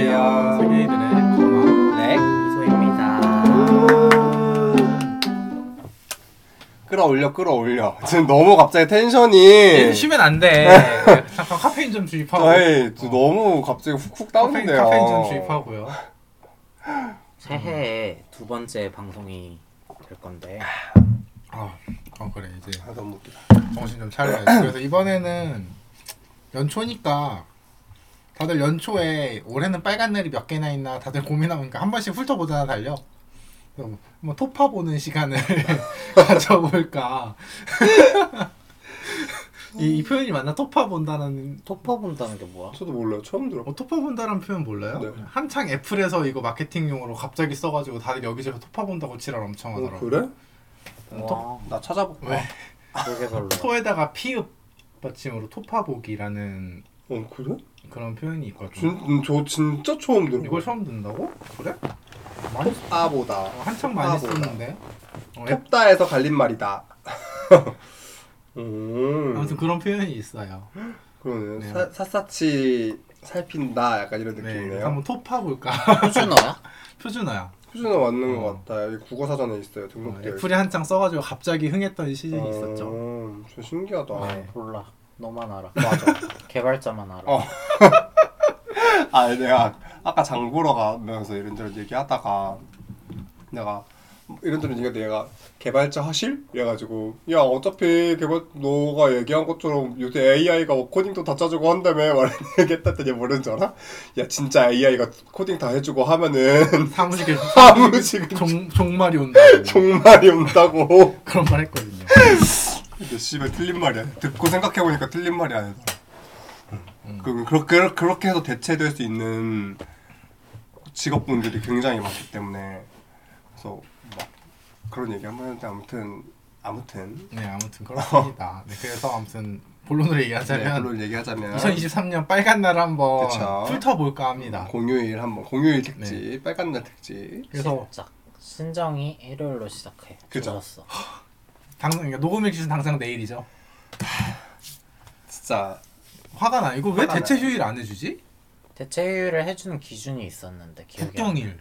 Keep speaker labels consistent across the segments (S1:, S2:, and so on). S1: 예, 네.
S2: 끌어올려 끌어올려 지금 너무 갑자기 텐션이
S1: 얘는 쉬면 안 돼. 잠깐 카페인 좀 주입하고.
S2: 네. 아이
S1: 어.
S2: 너무 갑자기 훅훅
S1: 카페인,
S2: 다운돼요
S1: 카페인 좀 주입하고요.
S3: 새해에 두 번째 방송이 될 건데
S1: 아, 어, 그래 이제
S2: 아, 너무 웃기다
S1: 정신 좀 차려야지. 그래서 이번에는 연초니까 다들 연초에 올해는 빨간 날이 몇 개나 있나 다들 고민하니까 한 번씩 훑어보잖아 달려. 그래서 뭐 토파 보는 시간을 가져볼까. 이, 이 표현이 맞나? 토파 본다는
S3: 토퍼 본다는 게 뭐야?
S2: 저도 몰라요 처음 들어
S1: 어, 토파 본다는 표현 몰라요?
S2: 네.
S1: 한창 애플에서 이거 마케팅용으로 갑자기 써가지고 다들 여기저기 토파 본다고 지랄 엄청 하더라고.
S2: 어, 그래?
S3: 와
S2: 나 찾아볼까
S1: 왜?
S3: 그게 별로
S1: 토에다가 피읍 받침으로 토파보기라는
S2: 어 그래?
S1: 그런 표현이 있거든.
S2: 진, 음, 저 진짜 처음 들어
S1: 이걸 처음 듣는다고? 그래? 많이 쓰-
S2: 톱다보다
S1: 어, 한참 많이
S2: 톱다보다.
S1: 쓰는데. 어, 앱-
S2: 톱다에서 갈린 말이다 음
S1: 아무튼 그런 표현이 있어요.
S2: 그러네
S1: 네.
S2: 사, 샅샅이 살핀다 약간 이런
S1: 네,
S2: 느낌이네요
S1: 한번 토파 볼까?
S3: 표준어야?
S1: 표준어야.
S2: 표준어 맞는
S1: 어.
S2: 것 같다 여기 국어 사전에 있어요
S1: 어,
S2: 등록돼
S1: 애플이 한창 써가지고 갑자기 흥했던 시즌이
S2: 어,
S1: 있었죠.
S2: 저 신기하다
S1: 네.
S3: 어. 몰라 너만 알아 맞아 개발자만 알아
S2: 어. 아 내가 아까 장 보러 가면서 이런저런 얘기하다가 내가 이런저런 얘기가 내가 개발자 하실? 이래가지고 야 어차피 개발 너가 얘기한 것처럼 요새 AI가 뭐 코딩도 다 짜주고 한다며 말을 얘기했다 했더니 뭐라는 줄 알아? 야 진짜 AI가 코딩 다 해주고 하면은
S1: 사무실에
S2: 사무실
S1: 종, 종말이 온다고
S2: 종말이 온다고
S1: 그런 말 했거든요.
S2: 근데 씨발 틀린 말이야. 듣고 생각해 보니까 틀린 말이 아니다.
S1: 음,
S2: 그 그렇게 그렇게 해서 대체될 수 있는 직업분들이 굉장히 많기 때문에 그래서 막 그런 얘기 한번 했는데 아무튼 아무튼
S1: 네, 아무튼 그렇습니다. 네, 그래서 아무튼 본론으로 얘기하자면
S2: 물론 얘기하자면
S1: 2023년 빨간 날 한번
S2: 네, 그쵸. 음,
S1: 훑어볼까 합니다.
S2: 공휴일 한번 공휴일 특집
S1: 네.
S2: 빨간 날 특집
S1: 그래서
S3: 시작 신정이 일요일로 시작해
S2: 그죠.
S3: 좋았어
S1: 당장 그러니까 녹음일 기준 당장 내일이죠.
S2: 진짜
S1: 화가 나. 이거 왜
S2: 화가
S1: 대체
S2: 나요.
S1: 휴일 안 해주지?
S3: 대체율을 해주는 기준이 있었는데 기억이 안 나.
S1: 국경일.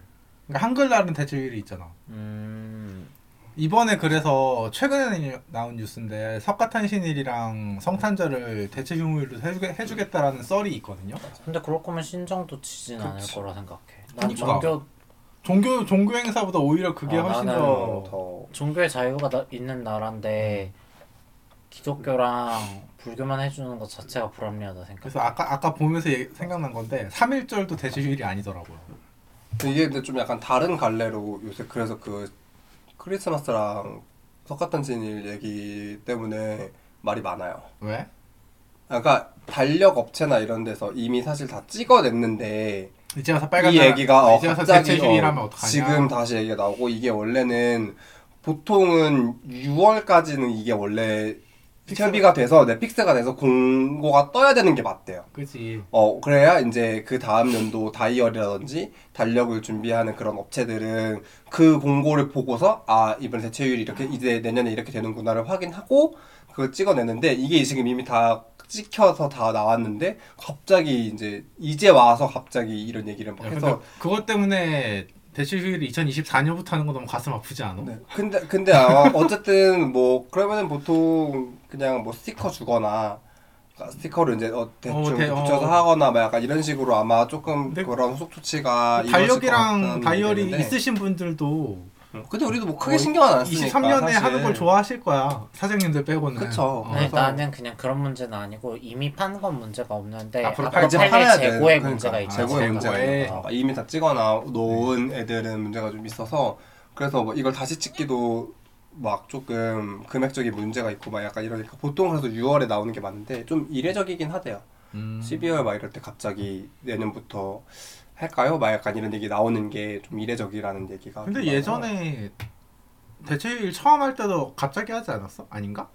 S1: 그러니까 한글날은 대체 휴일이 있잖아.
S3: 음
S1: 이번에 그래서 최근에 나온 뉴스인데 석가탄신일이랑 성탄절을 대체 휴무일로 해주게, 해주겠다라는 썰이 있거든요.
S3: 근데 그럴 거면 신정도 치진 않을
S1: 그치.
S3: 거라 생각해 난
S1: 그러니까.
S3: 종교
S1: 종교 종교 행사보다 오히려 그게
S3: 아,
S1: 훨씬
S3: 나는
S1: 더
S2: 더
S3: 종교의 자유가 나, 있는 나라인데 기독교랑 불교만 해주는 것 자체가 불합리하다 생각.
S1: 그래서 아까 아까 보면서 얘- 생각난 건데 3일절도 대체 휴일이 아니더라고요.
S2: 이게 근데 좀 약간 다른 갈래로 요새 그래서 그 크리스마스랑 석가탄신일 얘기 때문에 말이 많아요.
S1: 왜?
S2: 그러니까 달력 업체나 이런 데서 이미 사실 다 찍어냈는데
S1: 이제 와서 빨간
S2: 이
S1: 날-
S2: 얘기가 어,
S1: 이제 와서
S2: 갑자기
S1: 대체 휴일
S2: 어,
S1: 하면 어떡하냐?
S2: 지금 다시 얘기가 나오고 이게 원래는 보통은 6월까지는 이게 원래
S1: 픽스.
S2: 협의가 돼서 넷픽스가 돼서 공고가 떠야 되는 게 맞대요.
S1: 그지.
S2: 어 그래야 이제 그 다음 연도 다이어리라든지 달력을 준비하는 그런 업체들은 그 공고를 보고서 아 이번 대체율이 이렇게 이제 내년에 이렇게 되는구나를 확인하고 그걸 찍어내는데 이게 지금 이미 다 찍혀서 다 나왔는데 갑자기 이제 이제 와서 갑자기 이런 얘기를 막
S1: 야, 근데
S2: 해서
S1: 그것 때문에 대출 휴일이 2024년부터 하는 거 너무 가슴 아프지 않아?
S2: 네. 근데 근데 아, 어쨌든 뭐 그러면은 보통 그냥 뭐 스티커 주거나 그러니까 스티커를 이제 어, 대충
S1: 어, 대- 어.
S2: 붙여서 하거나 막 약간 이런 식으로 아마 조금
S1: 근데
S2: 그런 후속 조치가 아, 이루어질 것
S1: 달력이랑
S2: 같다는
S1: 다이어리
S2: 얘기인데.
S1: 있으신 분들도
S2: 근데 우리도 뭐
S1: 어,
S2: 크게 신경은 안 쓰니까
S1: 23년에
S2: 사실.
S1: 하는 걸 좋아하실 거야. 사장님들 빼고는.
S2: 그쵸. 네.
S1: 어.
S3: 아니,
S2: 그래서-
S3: 네, 나는 그냥 그런 문제는 아니고 이미 판 건 문제가 없는데
S1: 앞으로
S3: 앞으로
S1: 팔-
S3: 그 팔
S1: 이제
S3: 게
S2: 팔아야 돼.
S3: 재고의
S2: 그러니까.
S3: 문제가
S1: 아,
S3: 있잖아.
S2: 재고의 문제가
S1: 재고에.
S2: 있어서 이미 다 찍어놔 놓은
S3: 네.
S2: 애들은 문제가 좀 있어서 그래서 뭐 이걸 다시 찍기도 막 조금 금액적인 문제가 있고 막 약간 이러니까 보통 그래서 6월에 나오는 게 맞는데 좀 이례적이긴 하대요.
S1: 음.
S2: 12월 막 이럴 때 갑자기 내년부터 할까요? 막 약간 이런 얘기 나오는 게 좀 이례적이라는 얘기가
S1: 근데
S2: 좀 많아요.
S1: 예전에 대체 휴일 처음 할 때도 갑자기 하지 않았어? 아닌가?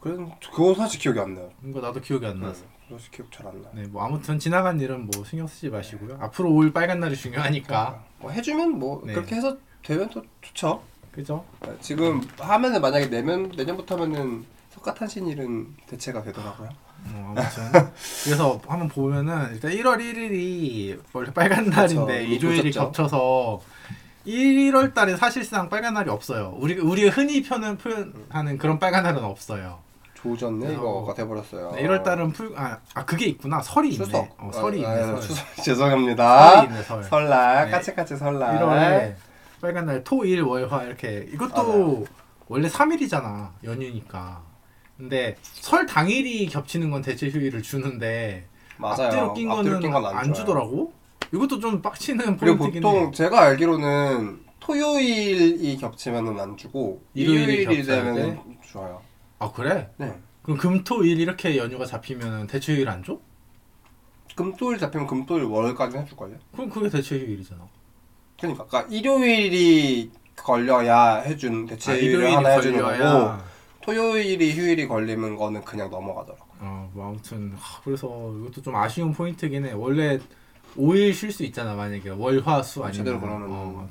S2: 그건 그건 사실 기억이 안 나요. 네,
S1: 이거 나도 기억이 안 나서.
S2: 사실 기억 잘 안 나요.
S1: 네, 뭐 아무튼 지나간 일은 뭐 신경 쓰지 마시고요. 앞으로 올 빨간 날이 중요하니까.
S2: 뭐 해주면 뭐
S1: 아. 네.
S2: 그렇게 해서 되면 또 좋죠.
S1: 그죠?
S2: 지금 하면은 만약에 내면 내년부터 하면은 석가탄신일은 대체가 되더라고요.
S1: 어, 아무튼 그래서 한번 보면은 일단 1월 1일이 원래 빨간 날인데
S2: 그쵸,
S1: 일요일이
S2: 늦었죠.
S1: 겹쳐서 1월 달에 사실상 빨간 날이 없어요. 우리 우리가 흔히 표현 표현하는 그런 빨간 날은 없어요.
S2: 조졌네 이거가
S1: 어.
S2: 돼버렸어요.
S1: 1월 달은 풀아 아, 그게 있구나. 설이 있네.
S2: 추석.
S1: 어, 설이
S2: 아,
S1: 있네.
S2: 아,
S1: 설.
S2: 추석 죄송합니다.
S1: 설이 있네, 설.
S2: 설날
S1: 네.
S2: 까치까치 설날.
S1: 1월에 빨간 날 토, 일, 월, 화 이렇게
S2: 아, 네.
S1: 이것도 원래 3일이잖아 연휴니까 근데 설 당일이 겹치는 건 대체 휴일을 주는데
S2: 맞아요.
S1: 앞뒤로 낀
S2: 앞뒤로
S1: 거는
S2: 낀건안
S1: 안
S2: 줘요.
S1: 주더라고 이것도 좀 빡치는
S2: 그리고
S1: 포인트긴
S2: 보통
S1: 해
S2: 제가 알기로는 토요일이 겹치면은 안 주고
S1: 일요일이
S2: 일요일이
S1: 겹쳐야
S2: 되면은 줘요.
S1: 아 그래?
S2: 네.
S1: 그럼 금, 토, 일 이렇게 연휴가 잡히면 대체 휴일 안 줘?
S2: 금토일 잡히면 금토일 월까지 해줄 걸요.
S1: 그럼 그게 대체 휴일이잖아
S2: 그러니까, 그러니까 일요일이 걸려야 해준
S1: 아,
S2: 대체 일요일 하나 해주는 거고
S1: 걸려야.
S2: 토요일이 휴일이 걸리는 거는 그냥 넘어가더라고.
S1: 어, 뭐 아무튼 하, 그래서 이것도 좀 아쉬운 포인트긴 해. 원래 5일 쉴 수 있잖아 만약에 월화수 아니면
S2: 제대로 그러면은.
S1: 어,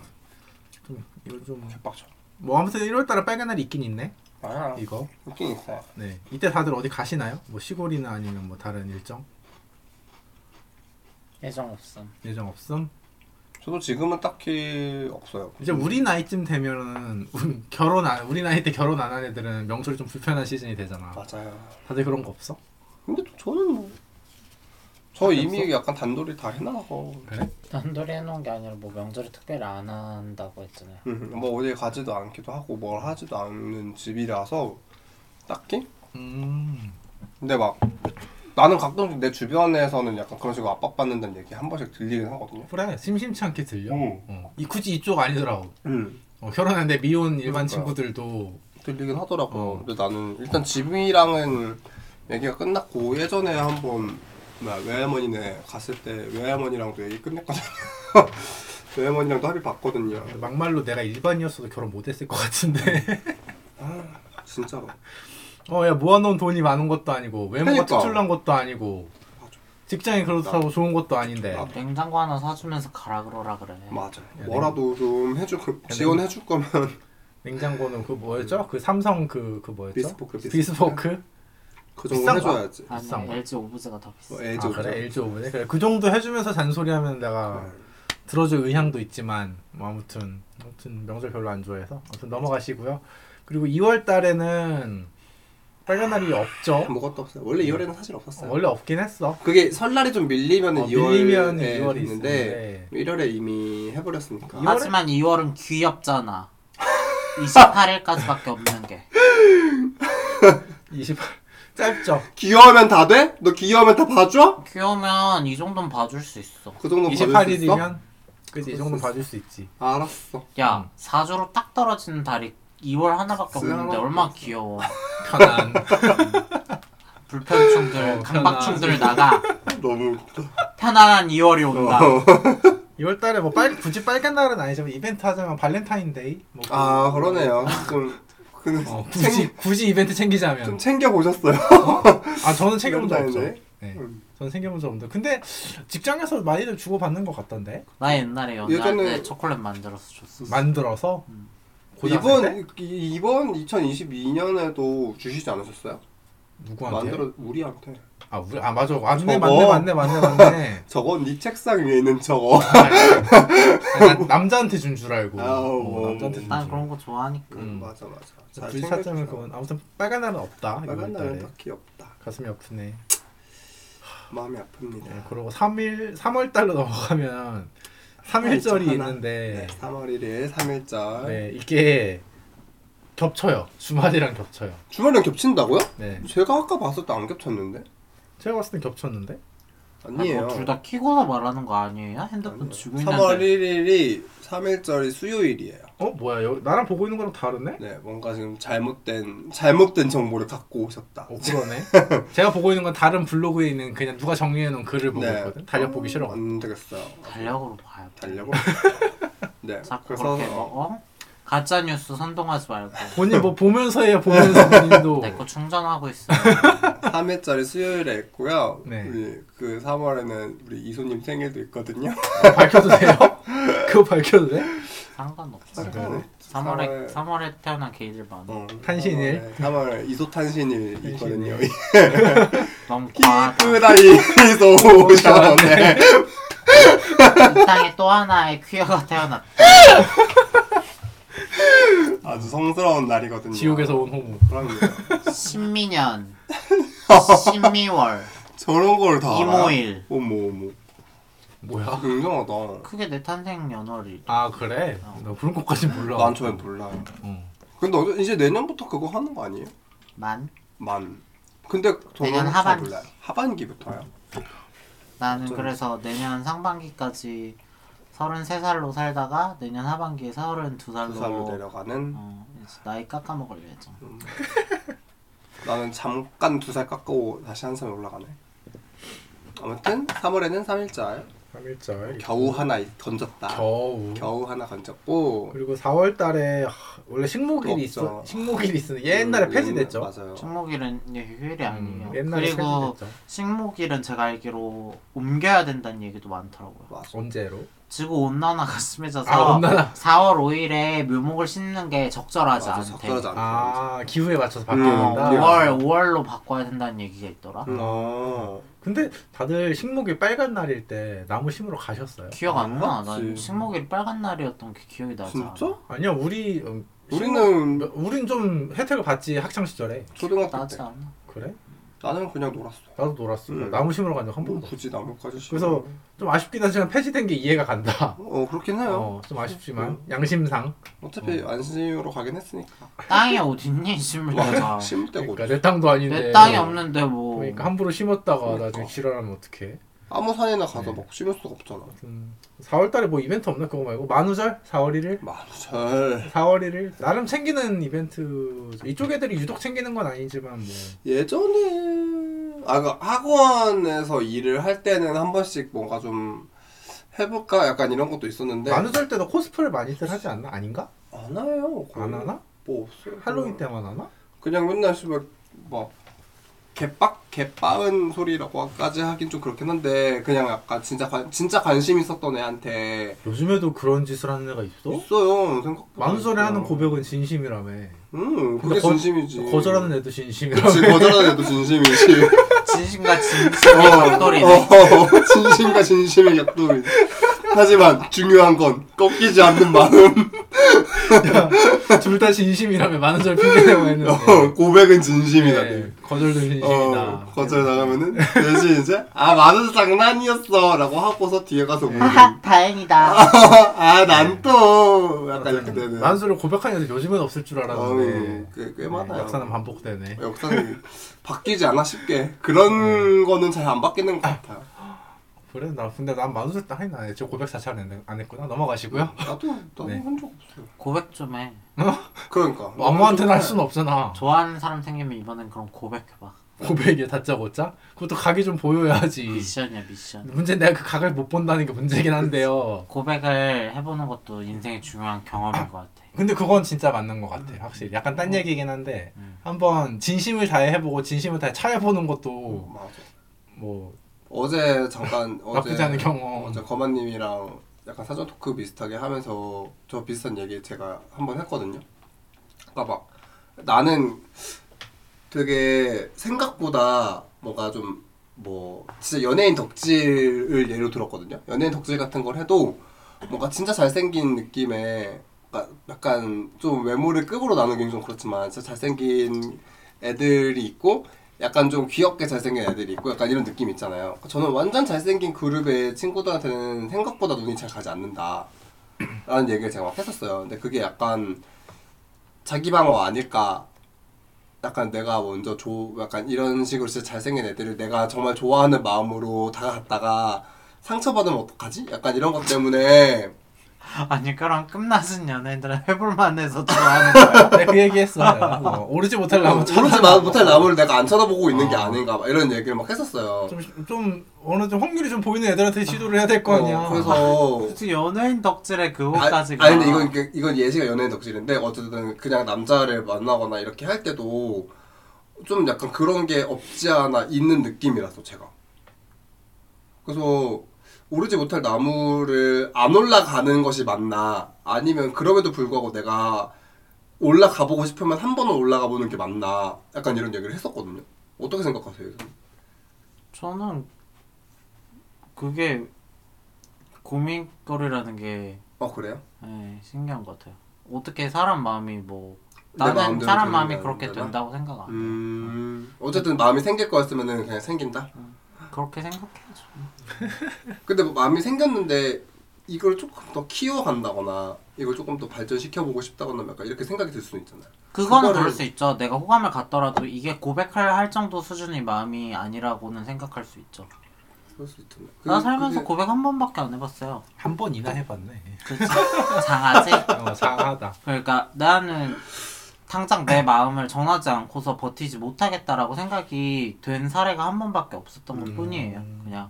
S1: 좀 이거 좀뭐
S2: 개빡쳐.
S1: 아무튼 1월달에 빨간 날이 있긴 있네
S2: 아,
S1: 이거.
S2: 웃긴 있어요.
S1: 네 이때 다들 어디 가시나요? 뭐 시골이나 아니면 뭐 다른 일정
S3: 예정 없음.
S1: 예정 없음?
S2: 저도 지금은 딱히 없어요.
S1: 이제 우리 나이쯤 되면은 우- 결혼 안 우리 나이 때 결혼 안 한 애들은 명절이 좀 불편한 시즌이 되잖아.
S2: 맞아요.
S1: 다들 그런 거 없어?
S2: 근데 또 저는 뭐. 저 이미 약간 단돌이 다 해놔서
S1: 그래?
S3: 단돌이 해놓은 게 아니라 뭐 명절에 특별히 안 한다고 했잖아요.
S2: 음, 뭐 어디 가지도 않기도 하고 뭘 하지도 않는 집이라서 딱히
S1: 음.
S2: 근데 막 나는 가끔씩 내 주변에서는 약간 그런 식으로 압박받는다는 얘기 한 번씩 들리긴 하거든요.
S1: 그래 심심치 않게 들려.
S2: 응.
S1: 어. 이 굳이 이쪽 아니더라고.
S2: 음.
S1: 어, 결혼했는데 미혼 일반
S2: 그러니까요.
S1: 친구들도
S2: 들리긴 하더라고.
S1: 어.
S2: 근데 나는 일단 집이랑은 얘기가 끝났고 예전에 한번 뭐야, 외할머니네 갔을 때 외할머니랑도 얘기 끝냈거든요. 외할머니랑도 합의 봤거든요.
S1: 막말로 내가 일반이었어도 결혼 못했을 것 같은데
S2: 아, 진짜로.
S1: 어 야 모아놓은 돈이 많은 것도 아니고 외모가
S2: 그러니까.
S1: 특출난 것도 아니고
S2: 맞아.
S1: 직장이 그렇다고 좋은 것도 아닌데
S2: 나도.
S3: 냉장고 하나 사주면서 가라 그러라 그래.
S2: 맞아.
S1: 야,
S2: 뭐라도 좀 해주고 지원해줄 거면
S1: 냉장고는 그 뭐였죠? 그 삼성 그 그 뭐였죠?
S2: 비스포크, 비스포크.
S1: 비스포크?
S2: 그
S1: 비싼
S2: 정도
S1: 거.
S2: 해줘야지.
S3: 아니
S1: 비싼 거.
S3: LG 오브제가 더 비싸.
S2: 뭐
S1: 아
S2: 애죠.
S1: 그래 아. LG 오븐에 그래 그 정도 해주면서 잔소리하면 내가 들어줄 의향도 있지만 뭐 아무튼 아무튼 명절 별로 안 좋아해서 아무튼 넘어가시고요. 그리고 2월 달에는 빨간 날이 없죠.
S2: 아무것도 없어요. 원래 2월에는 사실 없었어요.
S1: 원래 없긴 음. 했어.
S2: 그게 설날이 좀 밀리면
S1: 어,
S2: 은
S1: 밀리면은
S2: 2월에
S1: 2월이
S2: 있는데
S1: 있었는데.
S2: 1월에 이미 해버렸으니까. 아,
S1: 이월-
S3: 하지만 2월은 귀엽잖아. 28일까지밖에 없는 게.
S1: 28 짧죠.
S2: 귀여우면 다 돼? 너 귀여우면 다 봐줘?
S3: 귀여우면 이 정도는 봐줄 수 있어.
S2: 그 정도 봐줄 수 있어?
S1: 28일이면 그지 이 정도 봐줄 수 있지.
S2: 알았어.
S3: 야, 4주로 딱 떨어지는 달이 2월 하나밖에 없는데
S2: 쓰라고
S3: 얼마나 귀여워.
S1: 편안.
S3: 불편충들,
S1: 어,
S3: 강박충들 나가.
S2: 너무 웃겨.
S3: 편안한 2월이 온다.
S2: 어.
S1: 2월달에 뭐 빨, 굳이 빨간 날은 아니지만 이벤트 하자면 발렌타인데이. 뭐
S2: 아
S1: 그런-
S2: 그러네요. 좀 근데
S1: 어,
S2: 챙,
S1: 굳이 굳이 이벤트 챙기자면.
S2: 좀 챙겨 보셨어요?
S1: 아 저는 챙겨본 적 없죠.
S2: 발렌타인데이?
S1: 네,
S2: 음.
S1: 저는 챙겨본 적 없는데 근데 직장에서 많이들 주고 받는 것 같던데
S3: 나 옛날에 연애할
S2: 예전에-
S3: 때 초콜릿 만들어서 줬어.
S1: 만들어서
S3: 음.
S1: 고등학생 때?
S2: 이번 이- 이번 2022년에도 주시지 않으셨어요?
S1: 누구한테?
S2: 만들어 우리한테.
S1: 아 우리 아 맞아 맞네
S2: 저거.
S1: 맞네 맞네 맞네 맞네.
S2: 저건 네 책상 위에 있는 저거.
S1: 아니, 난 남자한테 준 줄 알고.
S2: 아우,
S1: 어,
S2: 뭐,
S1: 남자한테 준 줄.
S3: 난
S1: 알고.
S3: 그런 거 좋아하니까.
S1: 음.
S2: 맞아 맞아. 잘
S1: 굳이 찾자면
S2: 챙겨주세요.
S1: 그건 아무튼 빨간 날은 없다.
S2: 빨간 날은
S1: 2월달에
S2: 딱히 없다.
S1: 가슴이 아프네.
S2: 마음이
S1: 네,
S2: 아픕니다.
S1: 그리고 3일 3월 달로 넘어가면
S2: 하나.
S1: 3일절이
S2: 네,
S1: 있는데
S2: 3월 1일 3일절.
S1: 네, 이게 겹쳐요. 주말이랑 겹쳐요.
S2: 주말이랑 겹친다고요?
S1: 네.
S2: 제가 아까 봤을 때 안 겹쳤는데?
S1: 제가 봤을 땐 겹쳤는데.
S2: 아니에요.
S3: 뭐 둘다 키고서 말하는 거 아니에요? 핸드폰
S2: 아니에요.
S3: 쥐고 있는데.
S2: 3월 1일이 3일절이 수요일이에요.
S1: 어, 뭐야? 여기 나랑 보고 있는 거랑 다르네?
S2: 네, 뭔가 지금 잘못된 잘못된 정보를 갖고 오셨다.
S1: 어, 그러네. 제가 보고 있는 건 다른 블로그에 있는 그냥 누가 정리해 놓은 글을 보고 있거든. 뭐 달력 보기 싫어.
S2: 안 네. 음, 되겠어요.
S3: 달력으로 봐요.
S2: 달려고. 네.
S3: 자꾸
S2: 그래서
S3: 그렇게 뭐, 먹어. 가짜 뉴스 선동하지 말고.
S1: 본인 뭐 보면서 해요. 보면서
S2: 어.
S1: 본인도.
S3: 내 거 충전하고 있어.
S2: 3일절이 수요일에 있고요.
S1: 네.
S2: 우리 그 3월에는 우리 이소님 생일도 있거든요.
S1: 밝혀도 돼요? 그거 밝혀도 돼?
S3: 상관없어.
S1: 그래?
S3: 3월에 3월에 태어난 게이들 많아.
S2: 아, 어,
S1: 탄신일.
S2: 3월 이소 탄신일 있거든요.
S3: 너무 과하다.
S2: 키크다 이소 오셨네.
S3: 이 땅에 또 하나의 퀴어가 태어났다.
S2: 아주 성스러운 날이거든요.
S4: 지옥에서 온 호모.
S2: 그럼요.
S3: 신미년, 신미월,
S2: 저런 걸 다.
S3: 이모일.
S2: 어머 어머.
S4: 뭐야?
S2: 굉장하다.
S3: 그게 내 탄생 연월이.
S4: 아 그래?
S3: 어.
S4: 나 그런 것까지 몰라.
S2: 난 처음엔 몰라요.
S4: 응.
S2: 근데 어제- 이제 내년부터 그거 하는 거 아니에요?
S3: 만
S2: 만. 근데 저는
S3: 내년
S2: 잘
S3: 하반기.
S2: 몰라요. 하반기부터요.
S3: 나는
S2: 어쩌면-
S3: 그래서 내년 상반기까지 33살로 살다가 내년 하반기에 32살로
S2: 두 살로 내려가는. 어.
S3: 어, 이제 나이 깎아 먹을 예정.
S2: 나는 잠깐 두 살 깎고 다시 한 살 올라가네. 아무튼 3월에는 3일절
S1: 3일절
S2: 겨우 하나 던졌다. 겨우,
S4: 겨우.
S2: 하나 던졌고
S1: 그리고 4월 달에 하, 원래 식목일이
S2: 없어.
S1: 있어 식목일이 있어 옛날에
S2: 음,
S1: 폐지됐죠.
S2: 옛날- 맞아요.
S3: 식목일은 이제 휴일이 아니에요.
S1: 음, 옛날에
S3: 그리고
S1: 폐지됐죠.
S3: 식목일은 제가 알기로 옮겨야 된다는 얘기도 많더라고요.
S2: 맞아.
S1: 언제로?
S3: 지구 온난화가 심해져서
S4: 아, 온난화.
S3: 4월 5일에 묘목을 심는 게 적절하지
S2: 맞아.
S3: 않대.
S2: 적절하지 않다.
S1: 아 기후에 맞춰서
S2: 음,
S3: 어,
S1: 바뀌는다.
S2: 예.
S3: 5월 5월로 바꿔야 된다는 얘기가 있더라.
S2: 음,
S1: 아,
S2: 어.
S1: 근데 다들 식목일 빨간 날일 때 나무 심으러 가셨어요?
S3: 기억 안 나. 난
S2: 맞지.
S3: 식목일 빨간 날이었던 게 기억이 나지 않아.
S2: 진짜?
S1: 아니야 우리 음,
S2: 우리는
S1: 식목- 우린 좀 혜택을 받지 학창 시절에
S2: 초등학교
S3: 나지
S2: 때
S3: 않아.
S1: 그래?
S2: 나는 그냥 놀았어.
S1: 나도 놀았어.
S2: 음.
S1: 나무 심으러 간 적 한
S2: 뭐
S1: 번도. 없어.
S2: 굳이 나뭇가지 심어.
S1: 그래서 좀 아쉽긴 하지만 폐지된 게 이해가 간다.
S2: 어 그렇긴 해요.
S1: 어, 좀 아쉽지만 양심상
S2: 어. 차피 안심으로 가긴 했으니까.
S3: 땅이 어딨니? 심으려자.
S2: 심을 때고
S1: 그러니까 내 땅도 아닌데
S3: 내 땅이 없는데 뭐.
S1: 그러니까 함부로 심었다가
S2: 그러니까.
S1: 나중에 지랄하면 어떡해?
S2: 아무 산이나 가서
S1: 네.
S2: 막 심을 수가 없잖아.
S1: 음, 4월달에 뭐 이벤트 없나 그거 말고 만우절 4월 1일
S2: 만우절
S1: 4월 1일 나름 챙기는 이벤트 이쪽 애들이 유독 챙기는 건 아니지만 뭐
S2: 예전에 아그 학원에서 일을 할 때는 한 번씩 뭔가 좀 해볼까 약간 이런 것도 있었는데
S1: 만우절 때도 코스프레 많이들 하지 않나 아닌가?
S2: 안 해요. 거의.
S1: 안 하나?
S2: 뭐 없어요.
S1: 할로윈
S2: 그냥-
S1: 때만 하나?
S2: 그냥 맨날 씨발 뭐 개빡 개빠은 소리라고까지 하긴 좀 그렇긴 한데 그냥 약간 진짜 관, 진짜 관심 있었던 애한테
S1: 요즘에도 그런 짓을 하는 애가 있어? 그러니까.
S2: 있어요 생각보다.
S1: 만우절에
S2: 있어요.
S1: 하는 고백은 진심이라며
S2: 음
S1: 근데
S2: 그게
S1: 그러니까 거-
S2: 진심이지.
S1: 거절하는 애도 진심이라며
S2: 그치, 거절하는 애도 진심이지.
S3: 진심과 진심의 격돌이네.
S2: 어, 진심과 진심의 격돌이. 하지만 중요한 건 꺾이지 않는 마음.
S1: 둘 다 진심이라며 만우절 핑계대고 했는데
S2: 어, 고백은 진심이다.
S1: 네, 거절도 진심이다
S2: 어, 거절 나가면은 대신 이제 아 많은 장난이었어라고 하고서 뒤에 가서
S1: 네.
S2: 울고.
S3: 하하, 다행이다.
S2: 아, 아난또 약간 이렇게 되는.
S1: 만수를 고백하는 애들 요즘엔 없을 줄 알았는데
S2: 어우, 예. 꽤, 꽤
S1: 네,
S2: 많아요.
S1: 역사는 반복되네
S2: 역사는 바뀌지 않아 쉽게 그런
S1: 네.
S2: 거는 잘 안 바뀌는 것 같아요.
S1: 그래 나 근데 난 만수를 딱 했나 저 고백 자체 안, 했, 안 했구나 넘어가시고요
S2: 나도 나도
S1: 네.
S2: 한 적 없어요.
S3: 고백 좀 해.
S2: 그러니까
S1: 뭐 아무한테나 할 수는 없잖아
S3: 좋아하는 사람 생기면 이번엔 그럼 고백해봐.
S1: 고백에 다짜고짜 그것도 각이
S2: 음.
S1: 좀
S2: 그
S1: 보여야지
S3: 미션이야 미션.
S1: 문제 내가 그 각을 못 본다는 게 문제긴 한데요
S3: 고백을 해보는 것도 인생의 중요한 경험인 것 같아.
S1: 근데 그건 진짜 맞는 것 같아 확실히 약간
S2: 어.
S1: 딴 얘기긴 한데
S2: 음.
S1: 한번 진심을 다해 해보고 진심을 다해 차해보는 것도
S2: 맞아. 음.
S1: 뭐
S2: 어제 잠깐
S1: 나쁘지
S2: 어제
S1: 않은 경험
S2: 어제 거만님이랑 약간 사전 토크 비슷하게 하면서 저 비슷한 얘기 제가 한 번 했거든요. 그러니까 막 나는 되게 생각보다 뭔가 좀 뭐 진짜 연예인 덕질을 예로 들었거든요. 연예인 덕질 같은 걸 해도 뭔가 진짜 잘생긴 느낌의 그러니까 약간 좀 외모를 급으로 나누긴 좀 그렇지만 진짜 잘생긴 애들이 있고 약간 좀 귀엽게 잘생긴 애들이 있고 약간 이런 느낌 있잖아요. 그러니까 저는 완전 잘생긴 그룹의 친구들한테는 생각보다 눈이 잘 가지 않는다. 라는 얘기를 제가 막 했었어요. 근데 그게 약간 자기 방어 아닐까. 약간 내가 먼저 조, 약간 이런 식으로 진짜 잘생긴 애들을 내가 정말 좋아하는 마음으로 다가갔다가 상처받으면 어떡하지? 약간 이런 것 때문에
S3: 아니 그럼 끝났은 연애들은 해볼만해서 좋아하는 거야.
S1: 내가 그 얘기 했어요 어, 오르지 못할 나무
S2: 음, 모르지 마, 못할 나무를 내가 안 쳐다보고 있는 게
S1: 어.
S2: 아닌가 막 이런 얘기를 막 했었어요.
S1: 좀, 좀 어느 좀 확률이 좀 보이는 애들한테 시도를 해야 될 거 아니야.
S2: 어, 그래서
S3: 굳이 연예인 덕질에
S2: 아,
S3: 그거까지.
S2: 아니 근데 이건 이게- 이건 예시가 연예인 덕질인데 어쨌든 그냥 남자를 만나거나 이렇게 할 때도 좀 약간 그런 게 없지 않아 있는 느낌이라서 제가 그래서 오르지 못할 나무를 안 올라가는 것이 맞나 아니면 그럼에도 불구하고 내가 올라가 보고 싶으면 한 번은 올라가 보는 게 맞나 약간 이런 얘기를 했었거든요 어떻게 생각하세요?
S3: 저는 그게 고민거리라는 게
S2: 어 그래요?
S3: 예, 신기한 것 같아요. 어떻게 사람 마음이 뭐
S2: 내
S3: 나는
S2: 마음대로
S3: 사람 마음이
S2: 되는
S3: 그렇게
S2: 거구나.
S3: 된다고 생각 안 해요.
S2: 음 어쨌든 마음이 생길 거였으면은 그냥 생긴다.
S3: 그렇게 생각해야죠.
S2: 근데 뭐 마음이 생겼는데 이걸 조금 더 키워간다거나 이걸 조금 더 발전시켜보고 싶다거나 약간 이렇게 생각이 들 수는 있잖아요.
S3: 그거는
S2: 그거를-
S3: 그럴 수 있죠. 내가 호감을 갖더라도 이게 고백할 할 정도 수준의 마음이 아니라고는 생각할 수 있죠.
S2: 그럴 수 있잖아요.
S3: 나
S2: 그게-
S3: 살면서
S2: 그게-
S3: 고백 한 번밖에 안 해봤어요.
S1: 한 번이나 해봤네.
S3: 그치? 장하지?
S1: 어, 상하다.
S3: 그러니까 나는 당장 내 마음을 전하지 않고서 버티지 못하겠다라고 생각이 된 사례가 한 번밖에 없었던 것
S1: 음.
S3: 뿐이에요. 그냥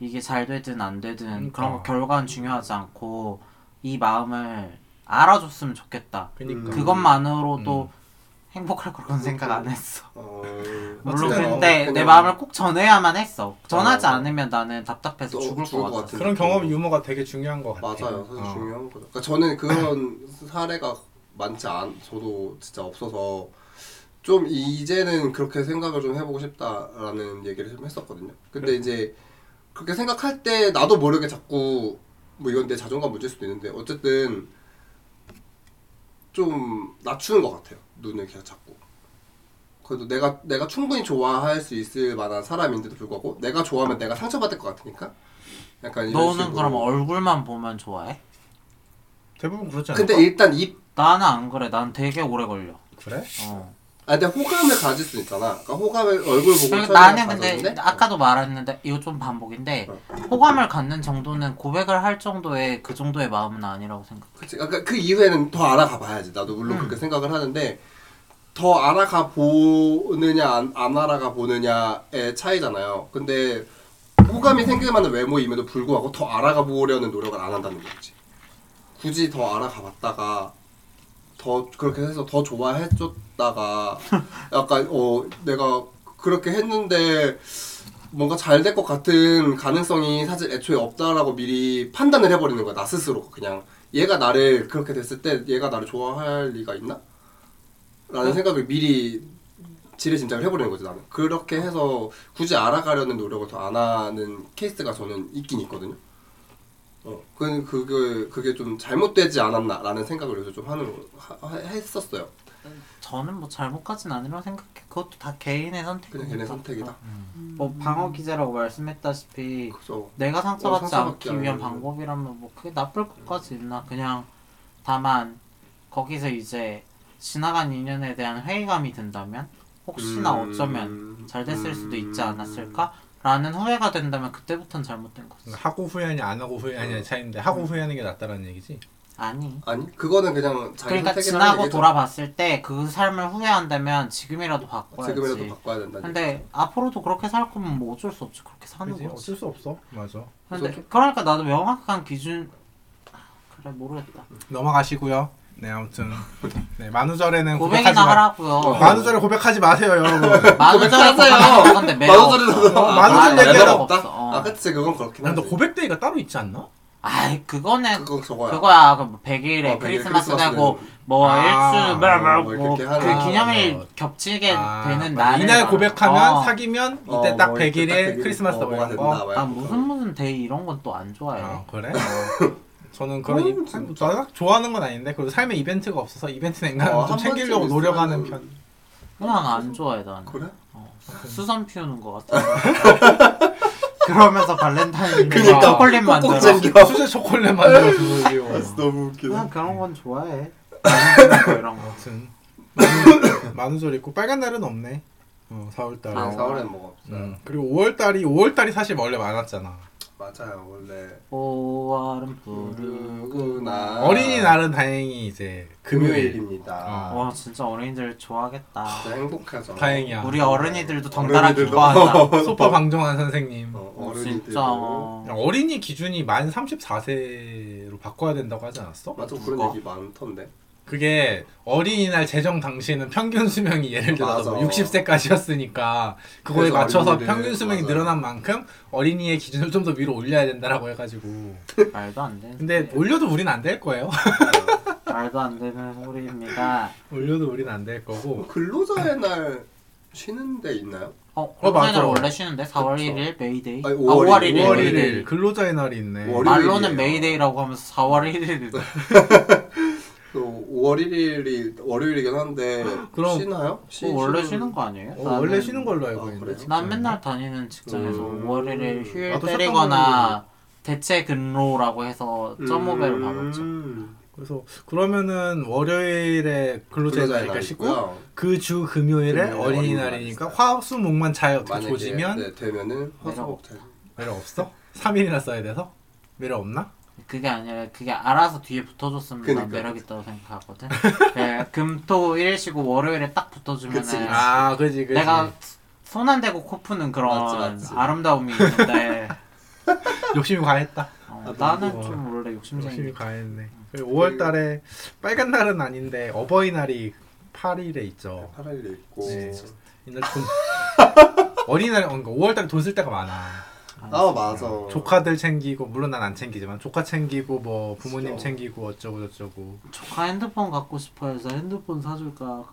S3: 이게 잘 되든 안 되든
S1: 그러니까.
S3: 그런 거 결과는 중요하지 않고 이 마음을 알아줬으면 좋겠다.
S2: 음.
S1: 그니까.
S3: 그것만으로도 행복할 거라고 생각 안 했어.
S2: 어...
S3: 물론
S5: 어쨌든
S3: 근데
S2: 그냥
S3: 내 마음을 꼭 전해야만 했어. 전하지
S2: 어.
S3: 않으면 나는 답답해서
S2: 또
S3: 죽을
S2: 죽을
S3: 것
S2: 것
S3: 같았어.
S2: 같은.
S5: 그런 경험 유머가 되게 중요한 것 같아요.
S2: 맞아요. 사실
S5: 어.
S2: 중요한 거죠. 그러니까 저는 그런 사례가 많지 않, 저도 진짜 없어서 좀 이제는 그렇게 생각을 좀 해보고 싶다라는 얘기를 좀 했었거든요. 근데
S5: 네.
S2: 이제 그렇게 생각할 때 나도 모르게 자꾸 뭐 이건 내 자존감 문제일 수도 있는데 어쨌든 좀 낮추는 것 같아요. 눈을 계속 잡고. 그래도 내가 내가 충분히 좋아할 수 있을 만한 사람인데도 불구하고 내가 좋아하면 내가 상처받을 것 같으니까 약간 이런
S3: 너는
S2: 식으로.
S3: 그럼 얼굴만 보면 좋아해?
S5: 대부분 그렇지 않아요?
S1: 어,
S2: 근데 일단 입
S3: 나는 안 그래. 난 되게 오래 걸려.
S5: 그래?
S3: 어.
S2: 아, 근데 호감을 가질 수 있잖아. 그러니까 호감을 얼굴 보고 처음에
S3: 그리고 나는 근데
S2: 가졌는데? 어.
S3: 아까도 말했는데 이거 좀 반복인데 호감을 갖는 정도는 고백을 할 정도의 그 정도의 마음은 아니라고 생각.
S2: 그치. 그러니까 그 이후에는 더 알아가 봐야지. 나도 물론 그렇게 생각을 하는데 더 알아가 보느냐 안, 안 알아가 보느냐의 차이잖아요. 근데 호감이 생길 만한 외모임에도 불구하고 더 알아가 보려는 노력을 안 한다는 거지. 굳이 더 알아가 봤다가 더 그렇게 해서 더 좋아해줬다가 약간 어 내가 그렇게 했는데 뭔가 잘 될 것 같은 가능성이 사실 애초에 없다라고 미리 판단을 해버리는 거야 나 스스로 그냥 얘가 나를 그렇게 됐을 때 얘가 나를 좋아할 리가 있나? 라는
S3: 어?
S2: 생각을 미리 지레짐작을 해버리는 거지 나는 그렇게 해서 굳이 알아가려는 노력을 더 안 하는 케이스가 저는 있긴 있거든요 어, 그, 그게, 그게 좀 잘못되지 않았나라는 생각을 요새 좀 하는, 거- 하, 하- 했었어요.
S3: 저는 뭐 잘못까진 아니라고 생각해. 그것도 다 개인의 선택이니까.
S2: 그냥 걔네 선택이다.
S3: 뭐 방어 기제라고 말씀했다시피
S2: 그래서
S3: 내가
S2: 어,
S3: 상처받지
S2: 상처받지
S3: 않기 위한
S2: 않으려면.
S3: 방법이라면 뭐 그게 나쁠 것까지 있나? 그냥 다만 거기서 이제 지나간 인연에 대한 회의감이 든다면 혹시나
S2: 음,
S3: 어쩌면 잘 됐을 수도 있지 않았을까?
S2: 음,
S3: 라는 후회가 된다면 그때부터는 잘못된 거지.
S1: 하고 후회하냐 안 하고 후회하냐 의 차이인데
S2: 음.
S1: 하고 후회하는 게 낫다라는 얘기
S3: 아니.
S2: 아니 그거는 그냥 자기
S3: 그러니까
S2: 선택이라는
S3: 지나고
S2: 얘기죠.
S3: 돌아봤을 때 그 삶을 후회한다면 지금이라도 바꿔야지.
S2: 지금이라도 바꿔야 된다.
S3: 근데 앞으로도 그렇게 살 거면 뭐 어쩔 수 없이 그렇게 사는
S1: 그지?
S3: 거지.
S1: 어쩔 수 없어. 맞아.
S3: 근데 그러니까 나도 명확한 기준 아, 그래 모르겠다.
S5: 넘어가시고요. 네 아무튼 네 만우절에는 고백하지
S3: 고백이나
S5: 마.
S1: 어,
S3: 하라고요.
S5: 만우절에 고백하지 마세요 여러분.
S3: 만우절에 고백하는
S2: 아,
S3: 거 근데 매력
S2: 만우절에
S3: 없어.
S2: 어,
S5: 만우절
S3: 매력
S5: 얘기하러
S3: 없어.
S2: 없다.
S3: 어.
S2: 아 그치 그건 그렇긴
S1: 근데
S2: 한데.
S1: 고백 데이가 따로 있지 않나?
S3: 아이 그거는
S2: 그거 저거야.
S3: 그거야. 그뭐 100일에
S2: 어, 100일
S3: 크리스마스
S2: 크리스마스
S3: 되고
S2: 되고.
S3: 뭐
S1: 아,
S3: 일주
S2: 어,
S3: 뭐뭐그
S2: 뭐 이렇게 하는 거.
S3: 기념일
S1: 어.
S3: 겹치게
S1: 아,
S3: 되는 어.
S1: 맞아.
S3: 날
S1: 이날 고백하면 사귀면
S2: 어,
S1: 이때 딱
S2: 뭐 이렇게
S1: 100일에
S2: 딱
S1: 크리스마스
S2: 어,
S1: 뭐
S2: 뭐가
S1: 이런
S2: 된다.
S1: 거.
S2: 뭐
S3: 아
S2: 약간
S3: 무슨 무슨 데이 이런 건 또 안 좋아해.
S1: 아 그래? 어. 저는 그런 이, 나 좋아하는 건 아닌데 그리고 삶에 이벤트가 없어서 이벤트 냉간
S2: 어,
S5: 좀
S2: 한
S5: 챙기려고
S2: 번쯤
S5: 노력하는
S2: 있으면은-
S5: 편.
S3: 그냥 안 좋아해 나는.
S2: 그래?
S3: 수선 피우는 것 같아. 그러면서 발렌타인
S2: 그니까.
S3: 초콜릿 만들어.
S2: 꼭꼭 챙겨.
S5: 수제 초콜릿 만들어 주고.
S1: 아,
S2: 너무 웃기다.
S3: 그냥 그런 건 좋아해. 만우절 뭐 이런 거.
S5: 아무튼 만우- 만우절 있고 빨간 날은 없네. 어 4월 달에.
S3: 아, 사월.
S2: 4월엔 뭐가 없어요.
S5: 음, 그리고 5월 달이 5월 달이 사실 원래 많았잖아.
S2: 맞아요 원래.
S3: 오월은 부르구나.
S5: 어린이날은 다행히 이제 금요일.
S2: 아. 금요일입니다.
S5: 어.
S3: 와 진짜 어린이들 좋아하겠다.
S2: 진짜 행복하죠.
S5: 다행이야.
S3: 우리 어른이들도 덩달아 좋아한다.
S2: 어른이들도.
S5: 소파 방정환 선생님.
S2: 어,
S3: 어,
S2: 어른이들도.
S3: 진짜. 어.
S5: 어린이 기준이 만 34세로 바꿔야 된다고 하지 않았어?
S2: 맞아 그런
S3: 누가?
S2: 얘기 많던데.
S5: 그게 어린이날 재정 당시에는 평균 수명이 예를 들어서
S2: 맞아.
S5: 60세까지였으니까 그거에
S2: 그래서
S5: 맞춰서
S2: 어린이를-
S5: 평균 수명이
S2: 맞아.
S5: 늘어난 만큼 어린이의 기준을 좀 더 위로 올려야 된다라고 해가지고
S3: 말도 안 되는.
S5: 근데 올려도 우린 안 될 거예요.
S3: 말도 안 되는 소리입니다.
S5: 올려도 우린 안 될 거고
S2: 근로자의 뭐 날 쉬는 데 있나요?
S3: 어,
S1: 어, 맞아.
S3: 공사는 원래 쉬는데 4월
S2: 그쵸.
S3: 1일 메이데이.
S2: 아니,
S3: 아,
S2: 5월
S3: 5월
S2: 1일.
S3: 1일.
S1: 5월
S2: 1일.
S1: 1일 근로자의 날이네.
S2: 월요일이에요.
S3: 말로는 메이데이라고 하면서 4월 1일.
S2: 또 5월 1일이 월요일이긴 한데
S1: 그럼
S2: 쉬나요? 쉬,
S3: 어, 원래 쉬는 거 아니에요?
S1: 어,
S3: 나는-
S1: 원래 쉬는 걸로
S2: 아,
S1: 알고 있는데. 네.
S2: 그래요?
S3: 난 맨날 다니는 직장에서
S2: 음.
S3: 5월 1일 휴일
S1: 나도
S3: 때리거나 대체 근로라고 해서 점오배로 받았죠.
S2: 음,
S1: 그래서 그러면은 월요일에 근로자의
S2: 근로자의
S1: 날이니까 쉬고
S2: 날이고요.
S1: 그 주 금요일에
S2: 금요일에
S1: 어린이날이니까
S2: 어린이날이
S1: 화수목만 잘 어떻게
S2: 만약에
S1: 조지면
S2: 네, 되면은 화수목대.
S1: 매력 없어? 3일이나 써야 돼서 매력 없나?
S3: 그게 아니라 그게 알아서 뒤에 붙어줬으면 난
S2: 그러니까.
S3: 매력 있다고 생각하거든. 네, 금토 일시고 월요일에 딱 붙어주면
S2: 그치, 그치.
S3: 은
S1: 아, 그지 그지.
S3: 내가 손 안 대고 코 푸는 그런
S2: 맞지, 맞지.
S3: 아름다움이 있는데
S1: 욕심이 과했다.
S3: 어,
S2: 나도
S3: 나는
S1: 그거
S3: 좀 원래 욕심쟁이.
S1: 욕심이 과했네. 5월달에 빨간 날은 아닌데 어버이날이 8일에 있죠.
S2: 8일에 있고. 음.
S1: 네. 옛날 돈 어린이날 그러니까 5월달에 돈 쓸 때가 많아.
S2: 아 맞아.
S1: 조카들 챙기고 물론 난 안 챙기지만 조카 챙기고 뭐 부모님
S2: 진짜.
S1: 챙기고 어쩌고 저쩌고.
S3: 조카 핸드폰 갖고 싶어 해서 핸드폰 사줄까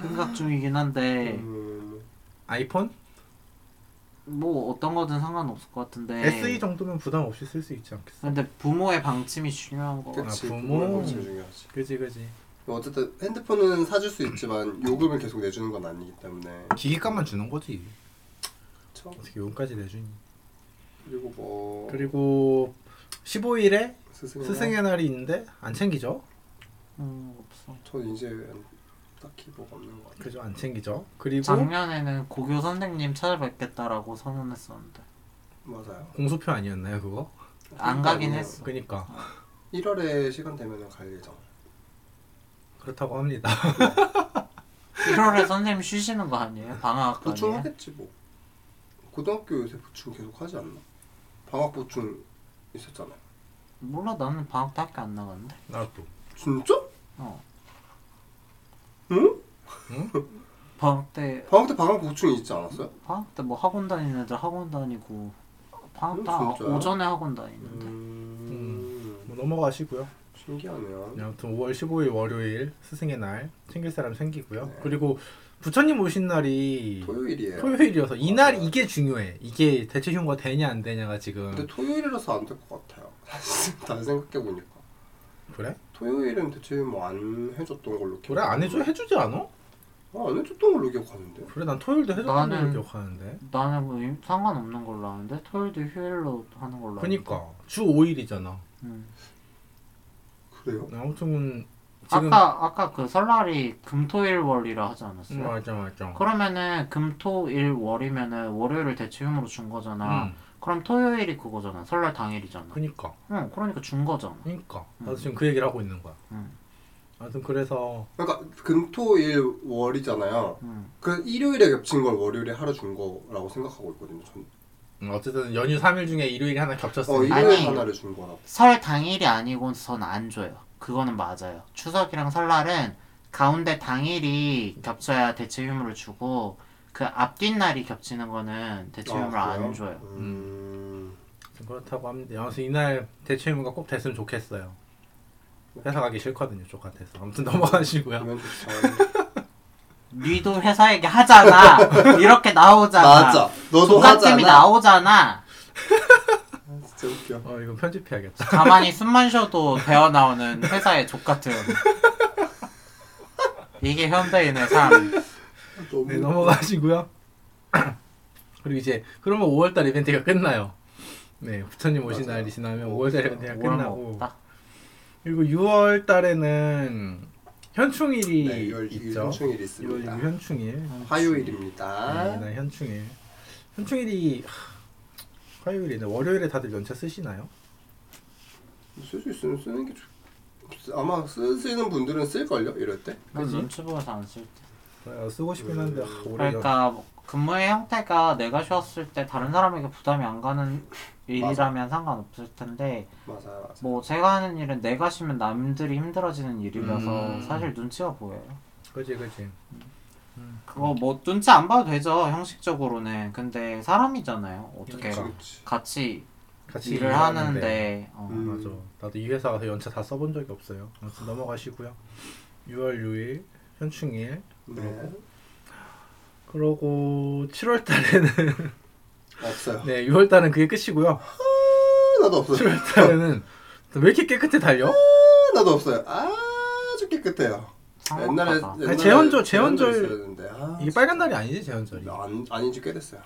S3: 생각 중이긴 한데
S2: 음,
S1: 아이폰?
S3: 뭐 어떤 거든 상관없을 것 같은데
S1: SE 정도면 부담 없이 쓸 수 있지 않겠어?
S3: 근데 부모의 방침이 중요한 거
S2: 그치.
S1: 아, 부모.
S2: 부모가 제일 중요하지.
S1: 그지 그지.
S2: 어쨌든 핸드폰은 사줄 수 있지만 요금을 계속 내주는 건 아니기 때문에.
S1: 기기값만 주는 거지.
S2: 그쵸?
S1: 어떻게 요금까지 내주니?
S2: 그리고 뭐
S1: 그리고 15일에
S2: 스승의 날?
S1: 스승의 날이 있는데 안 챙기죠?
S3: 음, 없어.
S2: 전 이제 딱히 뭐가 없는 것 같아요.
S1: 그죠 안 챙기죠. 그리고
S3: 작년에는 고교 선생님 찾아뵙겠다라고 선언했었는데
S2: 맞아요.
S1: 공소표 아니었나요 그거?
S3: 안
S1: 그러니까 뭐.
S3: 가긴 했어.
S1: 그니까
S2: 1월에 시간 되면 갈 예정.
S1: 그렇다고 합니다.
S3: 1월에 선생님 쉬시는 거 아니에요? 방학
S2: 보충
S3: 아니에요?
S2: 하겠지 뭐. 고등학교 요새 보충 계속 하지 않나? 방학 보충 있었잖아.
S3: 몰라 나는 방학 때 학교 안 나갔는데.
S1: 나도
S2: 진짜?
S3: 어
S2: 응?
S3: 방학 때
S2: 방학 때 방학 보충이 있지 않았어요?
S3: 방학 때 뭐 학원 다니는 애들 학원 다니고 방학
S2: 음,
S3: 때
S2: 진짜요?
S3: 오전에 학원 다니는데.
S2: 음.
S1: 뭐 넘어가시고요.
S2: 신기하네요.
S1: 아무튼 5월 15일 월요일 스승의 날 챙길 사람 챙기고요.
S2: 네.
S1: 그리고 부처님 오신 날이
S2: 토요일이에요.
S1: 토요일이어서 이날
S2: 맞아요.
S1: 이게 중요해. 이게 대체 휴무가 되냐 안 되냐가 지금
S2: 근데 토요일이라서 안 될 것 같아요. 사실 잘 생각해 보니까
S1: 그래?
S2: 토요일은 대체 뭐 안 해줬던 걸로 기억.
S1: 그래 안 해줘 해주지 않아?
S2: 어, 안 해줬던 걸로 기억하는데.
S1: 그래 난 토요일도 해줬던 걸로
S3: 나는-
S1: 기억하는데.
S3: 나는 뭐 임- 상관없는 걸로 아는데 토요일도 휴일로 하는 걸로
S1: 그니까 주 5일이잖아.
S3: 아는데. 음.
S2: 그래요?
S1: 아무튼 지금
S3: 아까 아까 그 설날이 금토일월이라 하지 않았어요?
S1: 음, 맞아 맞아.
S3: 그러면은 금토일월이면은 월요일을 대체휴무로 준 거잖아.
S1: 음,
S3: 그럼 토요일이 그거잖아. 설날 당일이잖아.
S1: 그니까
S3: 응, 그러니까 준 거잖아.
S1: 그니까 나도
S3: 음.
S1: 지금 그 얘기를 하고 있는 거야.
S3: 응,
S1: 아무튼 그래서
S2: 그러니까 금토일 월이잖아요.
S3: 응.
S2: 그 일요일에 겹친 걸 월요일에 하루 준 거라고 생각하고 있거든요. 전.
S1: 음, 어쨌든 연휴 3일 중에 일요일이 하나
S2: 어
S1: 겹쳤으니까
S3: 아니.
S2: 일요일 하나를 준 거라고.
S3: 설 당일이 아니고선 안 줘요. 그거는 맞아요. 추석이랑 설날은 가운데 당일이 겹쳐야 대체휴무를 주고 그 앞뒷 날이 겹치는 거는 대체휴무를
S2: 아, 그래요?
S3: 안 줘요.
S2: 음.
S1: 그렇다고 합니다. 아무튼 이날 대체휴무가 꼭 됐으면 좋겠어요. 회사 가기 싫거든요, 쪽같아서. 아무튼 넘어가시고요.
S2: 그러면 좋죠.
S3: 니도 회사 얘기 하잖아. 이렇게 나오잖아.
S2: 맞아. 너도 하잖아.
S3: 똑같음이 나오잖아.
S2: 진짜 웃겨.
S1: 어, 이거 편집해야겠다.
S3: 가만히 숨만 쉬어도 배어 나오는 회사의 족 같은. 이게 현대인의 삶.
S2: 너무
S1: 네, 넘어가시고요. 그리고 이제 그러면 5월달 이벤트가 끝나요. 네, 부처님 오신
S2: 맞아요.
S1: 날이 지나면 5월달 이벤트가 끝나고
S3: 뭐 없다.
S1: 그리고 6월달에는 현충일이
S2: 네, 6월 6일
S1: 있죠.
S2: 현충일
S1: 6월
S2: 있습니다.
S1: 6일 현충일.
S2: 화요일입니다.
S1: 네, 날 현충일. 현충일이 하, 화요일이네. 월요일에 다들 연차 쓰시나요? 네.
S2: 쓸 수 있으면 쓰는 게 좋... 아마 쓰시는 분들은 쓸걸요? 이럴 때?
S3: 난
S1: 그지?
S3: 눈치 보여서 안 쓸 때.
S1: 아, 쓰고 싶긴 한데 아, 올해 연-
S3: 그러니까 뭐 근무의 형태가 내가 쉬었을 때 다른 사람에게 부담이 안 가는 일이라면 상관없을 텐데
S2: 맞아요. 맞아요.
S3: 뭐 제가 하는 일은 내가 쉬면 남들이 힘들어지는 일이라서
S1: 음.
S3: 사실 눈치가 보여요.
S1: 그지 그지
S3: 그거 뭐 눈치 안 봐도 되죠 형식적으로는. 근데 사람이잖아요. 어떻게
S1: 그러니까.
S2: 그치.
S3: 같이
S1: 같이
S3: 일을 하는데 어.
S1: 아, 맞아 나도 이 회사 가서 연차 다 써본 적이 없어요 아무튼 음. 넘어가시고요 6월 6일 현충일
S2: 네.
S1: 그러고 7월 달에는
S2: 없어요.
S1: 네 6월 달은 그게 끝이고요.
S2: 아, 나도 없어요.
S1: 7월 달에는 또왜 이렇게 깨끗해 달려?
S2: 아, 나도 없어요. 아주 깨끗해요. 옛날에,
S3: 삭막하다.
S2: 옛날에
S1: 아, 재헌절, 재헌절
S2: 있었는데 아,
S1: 이게 빨간 날이 아니지 재현절이.
S2: 안 아닌지 꽤 됐어요.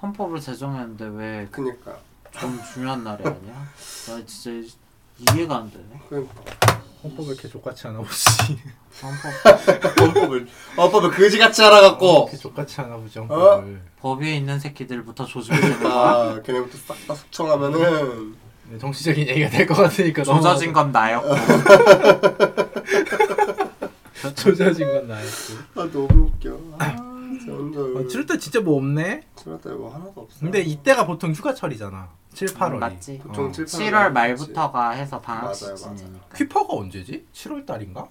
S3: 헌법을 제정했는데 왜 좀
S2: 그니까
S3: 중요한 날이 아니야? 나 진짜 이해가 안 되네.
S2: 그니까
S1: 헌법을 이렇게 족같이 하나 보지.
S3: 헌법
S2: 헌법을 헌법을 그지같이 알아갖고
S1: 이렇게 족같이 하나 보지
S2: 어?
S1: 헌법을.
S3: 법 위에 있는 새끼들부터 조심해야 된다.
S2: 아 걔네부터 싹 다 숙청하면은
S1: 네, 정치적인 얘기가 될 것 같으니까 너무
S3: 조져진 건
S2: 어,
S3: 나였고.
S1: 조자진 건 나였고.
S2: 아 너무 웃겨. 아, 재헌절.
S1: 어, 7월 달 진짜 뭐 없네.
S2: 칠월달 뭐 하나도 없어.
S1: 근데 이때가 보통 휴가철이잖아. 7, 8월이.
S3: 맞지.
S2: 보통
S1: 어.
S2: 칠, 팔월
S3: 7월
S2: 말이지.
S3: 말부터가 해서 방학
S2: 맞아요,
S3: 시즌이니까. 그,
S1: 퀴퍼가 언제지? 7월 달인가?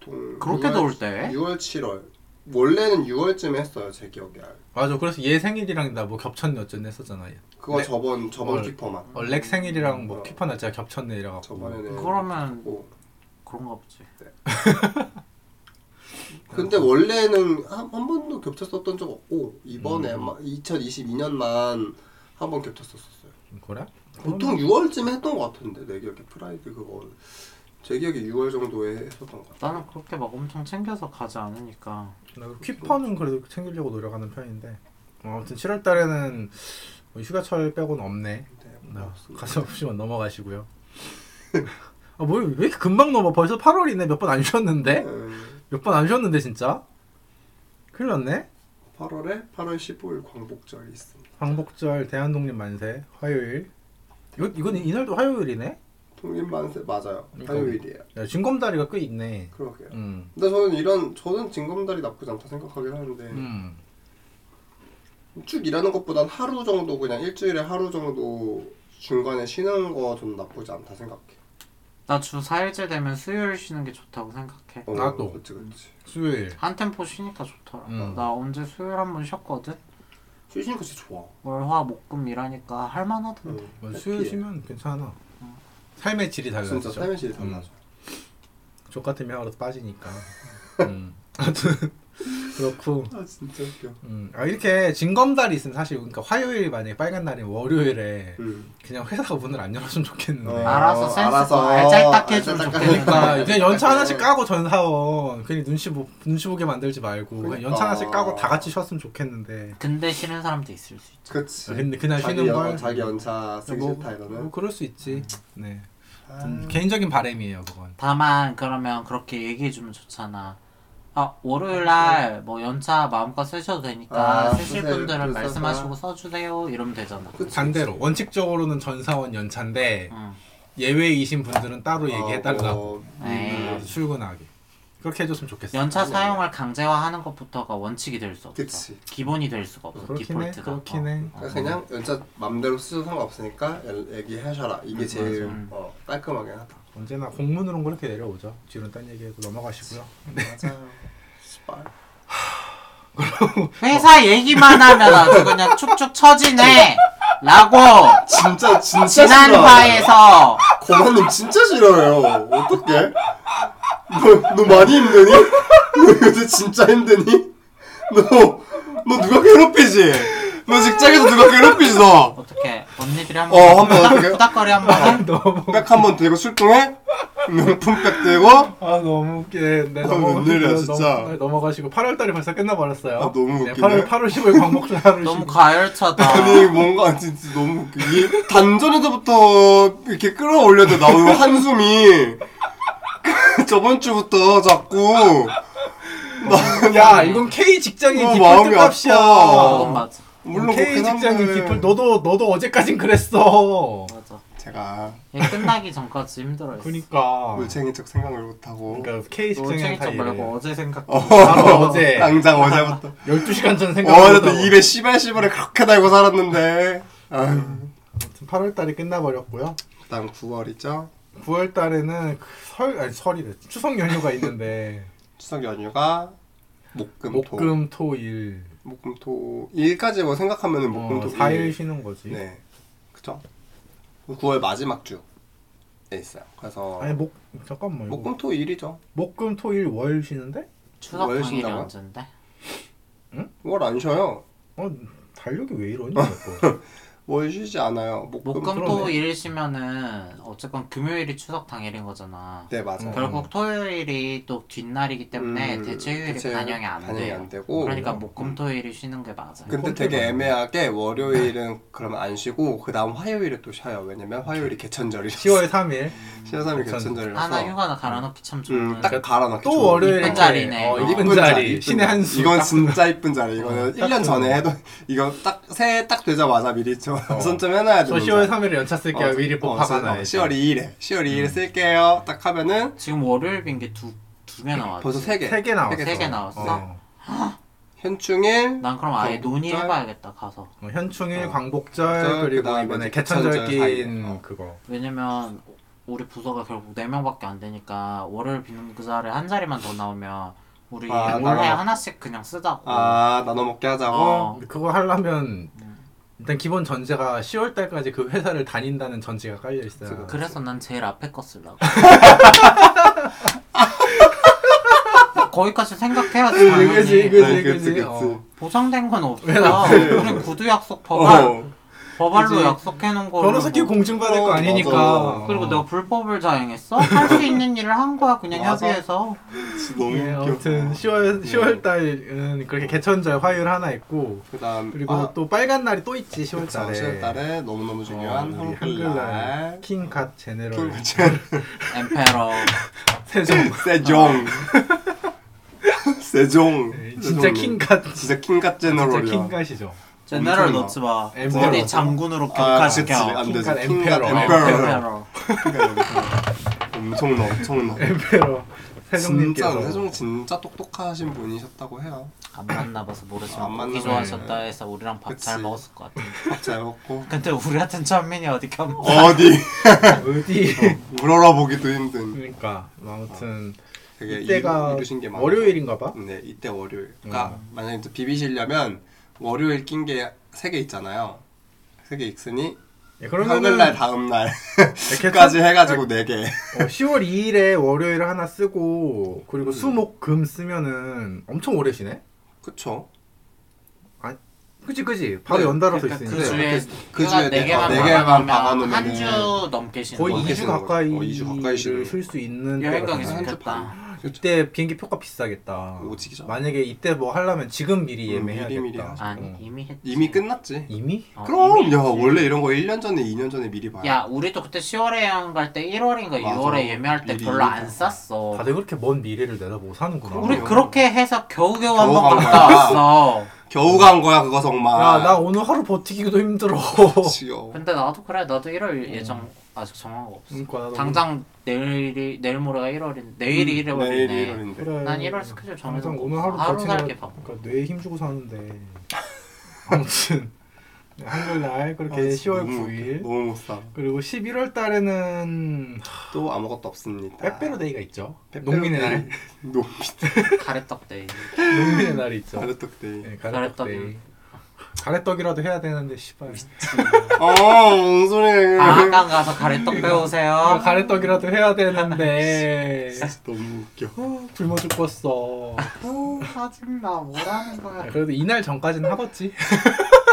S2: 보통
S3: 그렇게 더울 때?
S2: 6월 7월 원래는 6월쯤에 했어요 제 기억에.
S1: 맞아. 그래서 얘 생일이랑 나 뭐 겹쳤네 어쩐네 했었잖아. 얘.
S2: 그거
S1: 네.
S2: 저번 저번
S1: 월.
S2: 키퍼만.
S1: 어, 렉 생일이랑 뭐
S2: 어.
S1: 퀴퍼 날짜가 겹쳤네 이래갖고.
S2: 음. 저번에는
S3: 그러면
S2: 뭐.
S3: 그런가 보지.
S2: 근데 원래는 한, 한 번도 겹쳤었던 적 없고 이번에
S1: 음.
S2: 마, 2022년만 한 번 겹쳤었어요.
S1: 그래? 음,
S2: 보통 6월쯤에 했던 것 같은데 내 기억에 프라이드 그거 제 기억에 6월 정도에 했었던 것 같아.
S3: 나는 그렇게 막 엄청 챙겨서 가지 않으니까.
S1: 나 퀴퍼는 그래도 챙기려고 노력하는 편인데. 어, 아무튼 7월 달에는 뭐 휴가철 빼고는 없네.
S2: 네,
S1: 나
S2: 고맙습니다.
S1: 가서 보시면 넘어가시고요. 아, 뭐, 왜 이렇게 금방 넘어? 벌써 8월이네. 몇 번 안 쉬었는데?
S2: 음,
S1: 몇 번 안 쉬었는데, 진짜? 큰일 났네?
S2: 8월에 8월 15일 광복절이 있습니다.
S1: 광복절, 대한독립 만세, 화요일. 이거, 이건 이날도 화요일이네?
S2: 독립만세 맞아요.
S1: 그러니까.
S2: 화요일이에요.
S1: 야, 징검다리가 꽤 있네.
S2: 그러게요.
S1: 음.
S2: 근데 저는 이런 저는 징검다리 나쁘지 않다 생각하긴 하는데
S1: 음.
S2: 쭉 일하는 것보단 하루 정도 그냥 일주일에 하루 정도 중간에 쉬는 거 좀 나쁘지 않다 생각해.
S3: 나 주 4일째 되면 수요일 쉬는 게 좋다고 생각해.
S2: 어,
S1: 나도.
S2: 그치 그치.
S1: 수요일.
S3: 한 템포 쉬니까 좋더라.
S1: 음.
S3: 나 언제 수요일 한 번 쉬었거든?
S2: 쉬시는 거 진짜 좋아.
S3: 월, 화, 목, 금 일하니까 할만하던데.
S2: 응.
S1: 뭐 수요일 쉬면 괜찮아. 삶의 질이 달라지죠.
S2: 어. 진짜 삶의 이 달라져.
S1: 족 같으면 하루 빠지니까. 음. 아무튼 그렇고.
S2: 아 진짜 웃겨.
S1: 음. 아 이렇게 징검다리 있으면 사실 그러니까 화요일 만약에 빨간 날이 월요일에
S2: 응.
S1: 그냥 회사가 문을 안 열어주면 좋겠는데.
S2: 어, 아.
S3: 알아서 센스
S2: 알아서.
S3: 좀 알짤딱해 주면
S2: 알짤딱하게.
S3: 좋겠다.
S1: 그러니까 그냥 연차 하나씩 까고 전 사원 괜히 눈치 보, 눈치 보게 만들지 말고 그냥
S2: 그러니까.
S1: 연차 하나씩 까고 다 같이 쉬었으면 좋겠는데. 아,
S3: 근데 싫은 사람도 있을 수 있지.
S2: 그치.
S1: 근데 그날
S2: 자기
S1: 쉬는
S2: 연-
S1: 걸
S2: 자기 연차 쓰기
S1: 뭐,
S2: 싫다 이거는. 음.
S1: 뭐 그럴 수 있지. 네.
S2: 아,
S1: 개인적인 바람이에요, 그건.
S3: 다만 그러면 그렇게 얘기해 주면 좋잖아. 아 월요일 날 뭐 연차 마음껏 쓰셔도 되니까
S2: 아,
S3: 쓰실
S2: 쓰세요.
S3: 분들은
S2: 그래서
S3: 말씀하시고 써주세요 이러면 되잖아.
S2: 그치.
S1: 반대로 원칙적으로는 전사원 연차인데
S3: 응.
S1: 예외이신 분들은 따로 얘기해달라고
S2: 아, 어, 어,
S3: 에이.
S2: 음.
S1: 출근하게 그렇게 해줬으면 좋겠어.
S3: 연차
S2: 아니야.
S3: 사용을 강제화하는 것부터가 원칙이 될 수 없어.
S2: 그치.
S3: 기본이 될 수가 없어.
S1: 그렇긴 해,
S3: 디폴트가.
S1: 그렇긴 해.
S3: 어, 어.
S2: 그러니까 그래서 그냥 연차 맘대로 쓰셔도 상관없으니까 연- 얘기하셔라. 이게
S1: 음,
S2: 제일
S3: 맞아. 음.
S2: 어, 깔끔하긴 하다.
S1: 언제나 공문으로 그렇게 내려오죠. 뒤로는 딴 얘기하고 넘어가시고요.
S2: 맞아요. 씨발.
S3: 회사 얘기만 하면 아주 그냥 축축 처지네. 라고
S2: 진짜 진짜 싫어하네.
S3: 지난화에서
S2: 고만님 진짜 싫어요. 어떡해? 너, 너 많이 힘드니? 너 요새 진짜 힘드니? 너, 너 누가 괴롭히지? 너 직장에서 누가 괴롭히지, 너?
S3: 어떻게 언니들이 한번
S2: 어, 한번 어떡해?
S3: 부닥거리 한번
S2: 아.
S3: 해?
S1: 너무
S2: 백 한 번 들고 출동해? 명품백 들고?
S1: 아 너무 웃기네.
S2: 아, 웬일이야, 진짜.
S1: 넘, 넘어가시고 8월 달이 벌써 끝나버렸어요.
S2: 아, 너무 웃기네.
S1: 8월 8월 15일 광복절 하루
S3: 너무
S1: 쉬고
S2: 어. 아니,
S3: 가열차다.
S2: 뭔가 진짜 너무 웃겨. 이 단전에서부터 이렇게 끌어올려도 나오는 한숨이 저번 주부터 자꾸
S1: 야 이건 K 직장인
S2: 어,
S1: 디폴트
S2: 마음이
S1: 값이야.
S2: 아파.
S3: 그건 어, 맞아.
S2: 물론
S1: K
S2: 그렇긴
S1: 직장인
S2: 한데.
S1: 디폴 너도 너도 어제까진 그랬어.
S3: 맞아.
S2: 제가
S3: 얘 끝나기 전까지 힘들어요.
S1: 그러니까.
S2: 물챙인 척 생각을 못하고
S1: 그러니까 K
S3: 너
S1: 직장인
S3: 책임져
S1: 사이에
S3: 말고 어제 생각.
S1: 바로 어제
S2: 당장 어제부터
S1: 12시간 전
S2: 어제도
S1: 그러니까 생각하고
S2: 입에 씨발씨발을 그렇게 달고 살았는데 아유
S1: 8월 달이 끝나버렸고요.
S2: 다음 9월이죠
S1: 9월 달에는 그 설 아니 설이래 추석 연휴가 있는데
S2: 추석 연휴가 목금 토
S1: 목금토일
S2: 목금 토 일까지 뭐 생각하면은 목금
S1: 어,
S2: 토
S1: 4일 쉬는 거지.
S2: 네 그쵸 9월 마지막 주에 있어요 그래서
S1: 아니 목 잠깐만 이거
S2: 목금 토 일이죠
S1: 목금토일 월 쉬는데
S3: 추석
S2: 월
S3: 당일이
S2: 쉰다고요?
S3: 언젠데?
S2: 월 안 쉬어요.
S1: 어 달력이 왜
S2: 어.
S1: 이러니? 자꾸.
S2: 월 쉬지 않아요. 목금
S3: 목금토
S2: 토
S3: 일이시면은 어쨌건 금요일이 추석 당일인 거잖아.
S2: 네 맞아요.
S1: 음.
S3: 결국 토요일이 또 뒷날이기 때문에
S2: 음,
S3: 대체휴일이
S2: 대체
S3: 반영이 안
S2: 반영이
S3: 돼요.
S2: 안 되고. 음.
S3: 그러니까 목금토일이 쉬는 게 맞아요.
S2: 근데 되게 애매하게 월요일은 그러면 안 쉬고 그 다음 화요일에 또 쉬어요. 왜냐면 화요일이 개천절이라서
S1: 10월 3일
S2: 10월 3일 개천절이라서
S3: 하나 휴가나 갈아넣기 참 좋은.
S2: 음, 딱 갈아넣기
S1: 또
S2: 좋은.
S1: 월요일에
S3: 이쁜 자리네.
S1: 어,
S3: 어,
S1: 이쁜 자리
S2: 이쁜
S1: 신의
S2: 자리.
S1: 한수
S2: 이건 진짜 이쁜 자리. 이거는
S1: 어, 딱
S2: 1년 전에 해도 이거 딱 새해 딱 되자마자 미리 저 손좀 해놔야
S1: 어. 저
S2: 되는 자리.
S1: 10월 3일에 연차 쓸게요
S2: 어,
S1: 미리
S2: 어,
S1: 뽑아
S2: 저- 어,
S1: 가나요
S2: 10월 2일에 10월 2일에
S1: 음.
S2: 쓸게요. 딱 하면은
S3: 지금 월요일 빈게두두개 나왔지.
S2: 그러니까 벌써 3개.
S1: 아, 세개 나왔어
S3: 세개 나왔어?
S1: 어.
S2: 현충일
S3: 난 그럼 아예
S2: 광복절?
S3: 논의해봐야겠다 가서.
S1: 어, 현충일,
S2: 어.
S1: 광복절
S2: 절,
S1: 그리고
S2: 그다음에
S1: 이번에
S2: 이제 개천절
S1: 개천절 낀
S2: 사이에. 어.
S1: 그거
S3: 왜냐면 우리 부서가 결국 네 명밖에 안 되니까 월요일 그 빈자리 한 자리만 더 나오면 우리
S2: 아,
S3: 올해
S2: 나가.
S3: 하나씩 그냥 쓰자고.
S2: 아
S1: 음.
S2: 나눠 먹게 하자고.
S3: 어.
S1: 근데 그거 하려면 일단 기본 전제가 10월 달까지 그 회사를 다닌다는 전제가 깔려 있어요.
S3: 그래서 난 제일 앞에 거 쓰려고. 거기까지 생각해야지
S1: 그지
S3: 당연히
S1: 그지
S2: 그치,
S1: 그지.
S2: 그치.
S1: 어.
S3: 보상된 건 없어.
S1: 왜 나한테
S3: 우리 구두 약속 법안
S2: 어.
S3: 법알로
S1: 그지.
S3: 약속해놓은 거.
S1: 변호사끼리 공증 받을
S2: 어,
S1: 거 아니니까.
S2: 맞아.
S3: 그리고 내가 불법을 자행했어? 할 수 있는 일을 한 거야 그냥
S2: 맞아.
S3: 협의해서.
S2: 진짜 너무
S1: 예,
S2: 웃겨.
S1: 아무튼 10월
S2: 어.
S1: 10월 달은 그렇게 개천절 화요일 하나 있고
S2: 그다음
S1: 그리고
S2: 아,
S1: 또 빨간 날이 또 있지 10월
S2: 그쵸,
S1: 달에.
S2: 10월 달에 너무너무 중요한
S1: 어, 우리 어.
S2: 한글날
S1: 킹갓 제네럴
S3: 엠페러.
S1: 세종.
S2: 세종 세종
S1: 네, 진짜
S2: 세종님.
S1: 킹갓.
S2: 진짜 킹갓
S1: 진짜
S2: 제너럴이야
S1: 킹갓이죠.
S3: 제네럴
S2: 엄청나.
S3: 넣지 마.
S1: 엠페러.
S3: 우리 장군으로 어,
S2: 아, 그치.
S3: 경카시켜.
S2: 안 되지.
S1: 킹갓
S2: 킹갓
S1: 엠페러.
S2: 엠페러.
S3: 엠페러.
S2: 엄청나, 엄청나.
S1: 엠페러
S2: 진짜
S1: 세종님께서.
S2: 세종 진짜 똑똑하신 분이셨다고 해요.
S3: 안 만나봐서 모르지만
S2: 안
S3: 고기
S2: 만나봐서.
S3: 좋아하셨다 해서 우리랑 밥 잘
S2: 그치.
S3: 먹었을 것 같아.
S2: 잘 먹고
S3: 근데 우리 같은 천민이 어디 가면
S2: 어디
S1: 어디?
S2: 물어라보기도 힘든.
S1: 그러니까 아무튼
S2: 되게
S1: 이때가
S2: 어. 이루, 이루신 게 많아.
S1: 월요일인가 봐.
S2: 네, 이때 월요일. 그러니까 만약에 또 비비시려면 월요일 낀 게 세 개 있잖아요. 세 개 있으니
S1: 예,
S2: 한글날
S1: 그러면은
S2: 다음
S1: 이렇게
S2: 날까지 해가지고 네 개.
S1: 어, 10월 2일에 월요일 하나 쓰고 그리고
S2: 음.
S1: 수목금 쓰면은 엄청 오래 쉬네.
S2: 그쵸?
S1: 그치 그치 바로
S2: 네,
S1: 연달아서
S3: 그러니까
S1: 있으니까
S3: 그 주에
S2: 그
S3: 휴가
S2: 주에
S3: 네
S2: 네-
S3: 개만
S2: 네 개만
S3: 박아놓으면
S2: 박아놓으면은
S3: 한 주 넘게 쉬는
S1: 거의
S2: 어,
S3: 거지.
S1: 2주
S2: 계시는 거죠.
S1: 가까이
S2: 어, 2주 가까이 쉬는
S1: 쉴 수 있는
S3: 여행
S1: 때가
S3: 가기
S1: 되네.
S2: 한
S3: 좋겠다.
S2: 주 반. 그쵸.
S1: 이때 비행기 표가 비싸겠다.
S2: 오지기죠.
S1: 만약에 이때 뭐 하려면 지금 미리
S2: 음,
S1: 예매해야겠다.
S2: 미리미리 하죠.
S3: 아니
S1: 어.
S3: 이미 했지.
S2: 이미 끝났지.
S1: 이미?
S3: 어,
S2: 그럼
S3: 이미
S2: 야
S3: 했지.
S2: 원래 음. 아, 이런 거 1년 전에 2년 전에 미리 봐요.
S3: 야 우리도 그때 10월에 여행 갈 때 1월인가
S2: 맞아.
S3: 6월에 예매할 때
S2: 미리
S3: 별로 안
S2: 예매.
S3: 쌌어.
S1: 다들 그렇게 먼 미래를 내다보고 뭐 사는구나.
S3: 우리
S2: 그럼요.
S3: 그렇게 해서 겨우겨우
S2: 겨우
S3: 한 번
S2: 간
S3: 갔다
S2: 거야.
S3: 왔어.
S2: 겨우 간 거야 그거 정말.
S1: 야 나 오늘 하루 버티기도 힘들어.
S2: 지겨워.
S3: 근데 나도 그래 나도 1월 예정 아직 정한 거 없어.
S1: 그러니까 나도
S3: 당장 내일이 내일 모레가 1월인 내일이
S2: 내일 1월인데.
S3: 1월이네.
S1: 그래.
S3: 난 1월 스케줄 정해서
S1: 항상 오늘 하루
S3: 하루
S1: 버티느라
S3: 살게 봐.
S1: 그러니까 뇌에 힘주고 사는데 아무튼 한글날 그렇게
S2: 아, 진짜
S1: 10월
S2: 너무
S1: 9일
S2: 너무 못 사.
S1: 그리고 11월 달에는
S2: 또 아무것도 없습니다.
S1: 빼빼로데이가 있죠
S2: 빼빼로
S1: 농민의
S2: 데이.
S1: 날
S2: 농민
S3: 가래떡 데이.
S1: 농민의 날이 있죠
S2: 가래떡 데이.
S1: 네,
S3: 가래떡.
S1: 가래떡데이 가래떡이라도 해야 되는데 씨발
S2: 어, 뭔 소리야.
S3: 방앗간 가서 가래떡 배우세요.
S1: 아, 가래떡이라도 해야 되는데 아,
S2: 너무 웃겨.
S1: 굶어 죽겠어 아,
S3: 오, 하지마 뭐라는 거야.
S1: 그래도 이날 전까지는 하겠지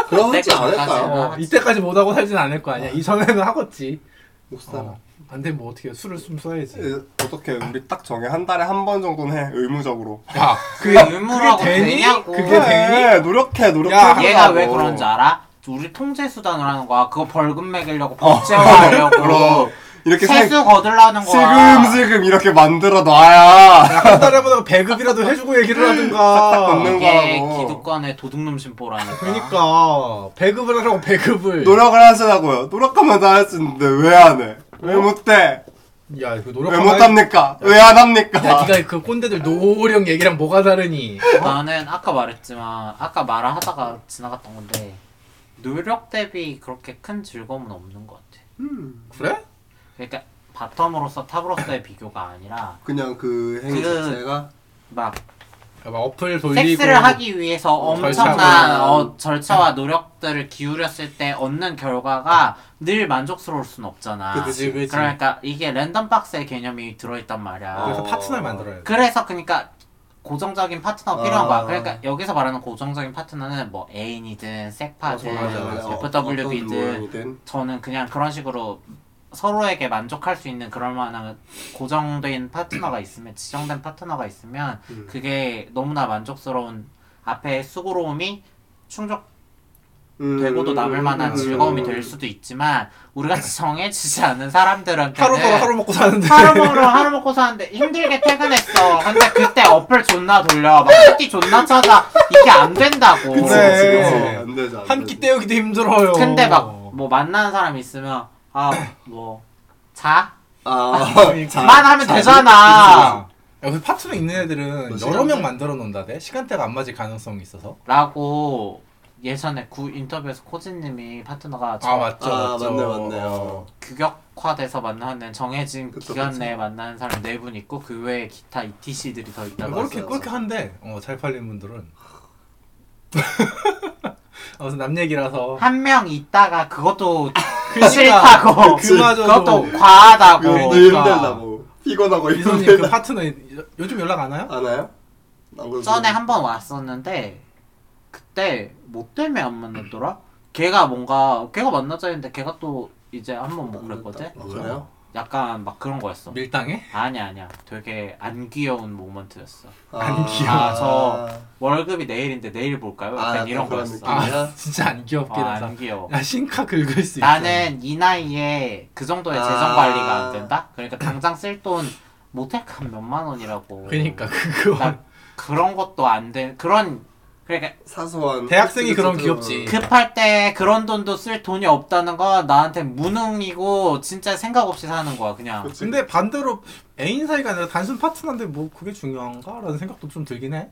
S2: 그럼 하지
S3: 때까지
S2: 않을까요?
S1: 어, 이때까지 못하고 살진 않을 거 아니야 이전에는 하겠지
S2: 못 살아.
S1: 어. 안 되면 뭐 어떻게 해. 술을 숨 써야지
S2: 에, 어떻게 우리 딱 정해 한 달에 한 번 정도는 해 의무적으로.
S1: 야 그게,
S3: 의무라고
S1: 그게 되니?
S3: 되냐고.
S1: 그게 아, 되니?
S2: 해, 노력해 노력해.
S1: 야,
S3: 아, 얘가
S2: 하려고.
S3: 왜 그런 줄 알아? 우리 통제 수단을 하는 거야. 그거 벌금 매기려고 법제화하려고
S2: 그럼 어. 이렇게 생-
S3: 세수 거들라는 거야.
S2: 슬금슬금 이렇게 만들어 놔야.
S1: 한 달에 한번 배급이라도 해주고 얘기를 하든가
S2: 먹는
S3: 이게
S2: 거라고.
S3: 기득권의 도둑놈 심보라니까.
S1: 그러니까 배급을 하라고 배급을
S2: 노력을 하시라고요. 노력하면 다 할 수 있는데 왜 안 해? 왜 못해?
S1: 야그
S2: 왜
S1: 노력하면
S2: 못합니까? 왜 안 합니까?
S1: 야 니가 그 꼰대들 노령 얘기랑 뭐가 다르니
S3: 나는 아까 말했지만 아까 말하다가 지나갔던 건데 노력 대비 그렇게 큰 즐거움은 없는 것 같아.
S2: 음,
S1: 그래?
S3: 그러니까 바텀으로서 탑으로서의 비교가 아니라
S2: 그냥 그 행위
S3: 그-
S2: 자체가
S3: 막
S1: 막 어플 돌리고 어,
S3: 섹스를 하기 위해서 엄청난
S2: 절차구나.
S3: 어, 절차와 노력들을 기울였을 때 얻는 결과가 늘 만족스러울 순 없잖아. 그러니까
S1: 그치, 그치.
S3: 러니까 이게 랜덤 박스의 개념이 들어있단 말이야.
S1: 그래서
S2: 어.
S1: 파트너를 만들어야 돼
S3: 그래서 그러니까 고정적인 파트너가
S2: 아.
S3: 필요한
S1: 어.
S3: 거야. 그러니까 여기서 말하는 고정적인 파트너는 뭐 애인이든
S2: 어,
S3: 섹파든
S1: 어, 맞아, 맞아.
S3: 어, FWB든 저는 그냥 그런 식으로 서로에게 만족할 수 있는 그럴 만한 고정된 파트너가 있으면 지정된 파트너가 있으면
S2: 음.
S3: 그게 너무나 만족스러운 앞에 수고로움이 충족되고도
S2: 음,
S3: 남을
S1: 음.
S3: 만한 즐거움이 될 수도 있지만 우리가 정해지지 않은 사람들한테는
S1: 하루 벌어 하루 먹고 사는데
S3: 네. 하루 먹으러 하루 먹고 사는데 힘들게 퇴근했어. 근데 그때 어플 존나 돌려. 막 PT 존나 찾아. 이게 안 된다고.
S2: 그치
S1: 네.
S2: 그치 그치 안 되지 안
S1: 한 끼
S2: 되지.
S1: 때우기도 힘들어요.
S3: 근데 막 뭐 만나는 사람 있으면 아 뭐 자?
S2: 아,
S1: 그러니까.
S2: 자,
S3: 만 하면
S2: 자,
S3: 되잖아.
S1: 여기 파트너 있는 애들은
S2: 뭐
S1: 여러
S2: 시간대?
S1: 명 만들어 놓는다대 시간대가 안 맞을 가능성이 있어서
S3: 라고 예전에 구 인터뷰에서 코지님이 파트너가 저
S1: 아 맞죠
S2: 아,
S1: 맞죠
S2: 맞네, 맞네.
S1: 어.
S3: 규격화돼서 만나는 정해진
S2: 그쵸,
S3: 기간
S2: 그쵸.
S3: 내에 만나는 사람 네 분 있고 그 외에 기타 ETC들이 더 있다고
S1: 그렇게
S2: 네, 맞아요.
S1: 그렇게 한데 어, 잘 팔린 분들은 어, 아무튼 남 얘기라서
S3: 한 명 있다가 그것도
S1: 그러니까,
S3: 싫다고
S2: 그치.
S1: 그마저도
S3: 그것도 과하다고
S2: 그거 힘들다고 피곤하고
S1: 이선님 그
S2: 힘들다
S1: 파트너 요- 요즘 연락 안 와요?
S2: 안 와요? 안 그래도-
S3: 전에 한 번 왔었는데 그때 뭐 때문에 안 만났더라? 걔가 뭔가 걔가 만나자 했는데 걔가 또 이제 한 번 뭐 그랬거든?
S2: 아, 그래요?
S3: 약간 막 그런 거였어
S1: 밀당해?
S3: 아니야 아니야 되게 안 귀여운 모먼트였어
S1: 안 귀여워.
S3: 아, 저 월급이 내일인데 내일 볼까요? 약간
S2: 아,
S3: 이런
S2: 그런
S3: 거였어
S2: 느낌.
S3: 아,
S2: 아니야?
S1: 아 진짜 안 귀엽긴 하다
S3: 안 귀여워
S1: 야 신카 긁을 수
S2: 네.
S3: 나는 이 나이에 그 정도의
S2: 아.
S3: 재정 관리가 안 된다? 그러니까 당장 쓸 돈 모텔 값 몇만 원이라고
S1: 있어 그니까 그거
S2: 아,
S3: 나 그런 것도 안된 그런 그러니까
S2: 사소한
S1: 대학생이 그럼 귀엽지.
S3: 급할 때 그런 돈도 쓸 돈이 없다는 건 나한테 무능이고 진짜 생각 없이 사는 거야 그냥
S2: 근데
S1: 근데 반대로 애인 사이가 아니라 단순 파트너인데 뭐 그게 중요한가? 라는 생각도 좀 들긴 해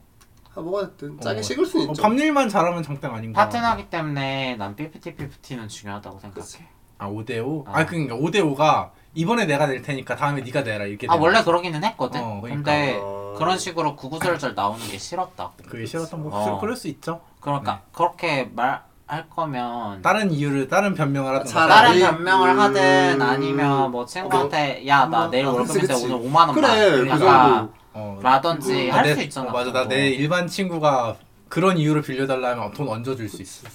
S2: 아, 뭐가 됐든 짜게
S1: 어.
S2: 식을 수
S1: 어,
S2: 있죠.
S1: 밤일만 잘하면 정당 아닌가
S3: 파트너기 때문에 난 50-50는 중요하다고 생각해
S2: 그치.
S1: 아 5대5?
S3: 아.
S1: 아 그니까 5대5가 이번에 내가 낼 테니까 다음에 네가 내라 이렇게
S3: 아
S1: 되는
S3: 원래
S1: 거지.
S3: 그러기는 했거든
S1: 어, 그러니까.
S3: 근데
S2: 어.
S3: 그런 식으로 구구절절 나오는 게 싫었다고
S1: 그게 싫었던 뭐
S3: 어.
S1: 그럴 수 있죠
S3: 그러니까
S1: 네.
S3: 그렇게 말할 거면
S1: 다른 이유를 다른 변명을 하든
S2: 차라리-
S3: 다른
S2: 아, 이-
S3: 변명을
S2: 음.
S3: 하든 아니면 뭐 친구한테 야 나
S2: 음.
S3: 내일
S2: 아, 그치,
S3: 월급인데
S2: 그치.
S3: 오늘 5만 원만
S2: 그래, 그 정도.
S1: 어,
S3: 라든지
S2: 음.
S3: 할
S1: 내-
S3: 수 있잖아
S1: 어, 맞아 나
S3: 그거.
S1: 내 일반 친구가 그런 이유를 빌려달라 하면 돈 얹어줄 수 있어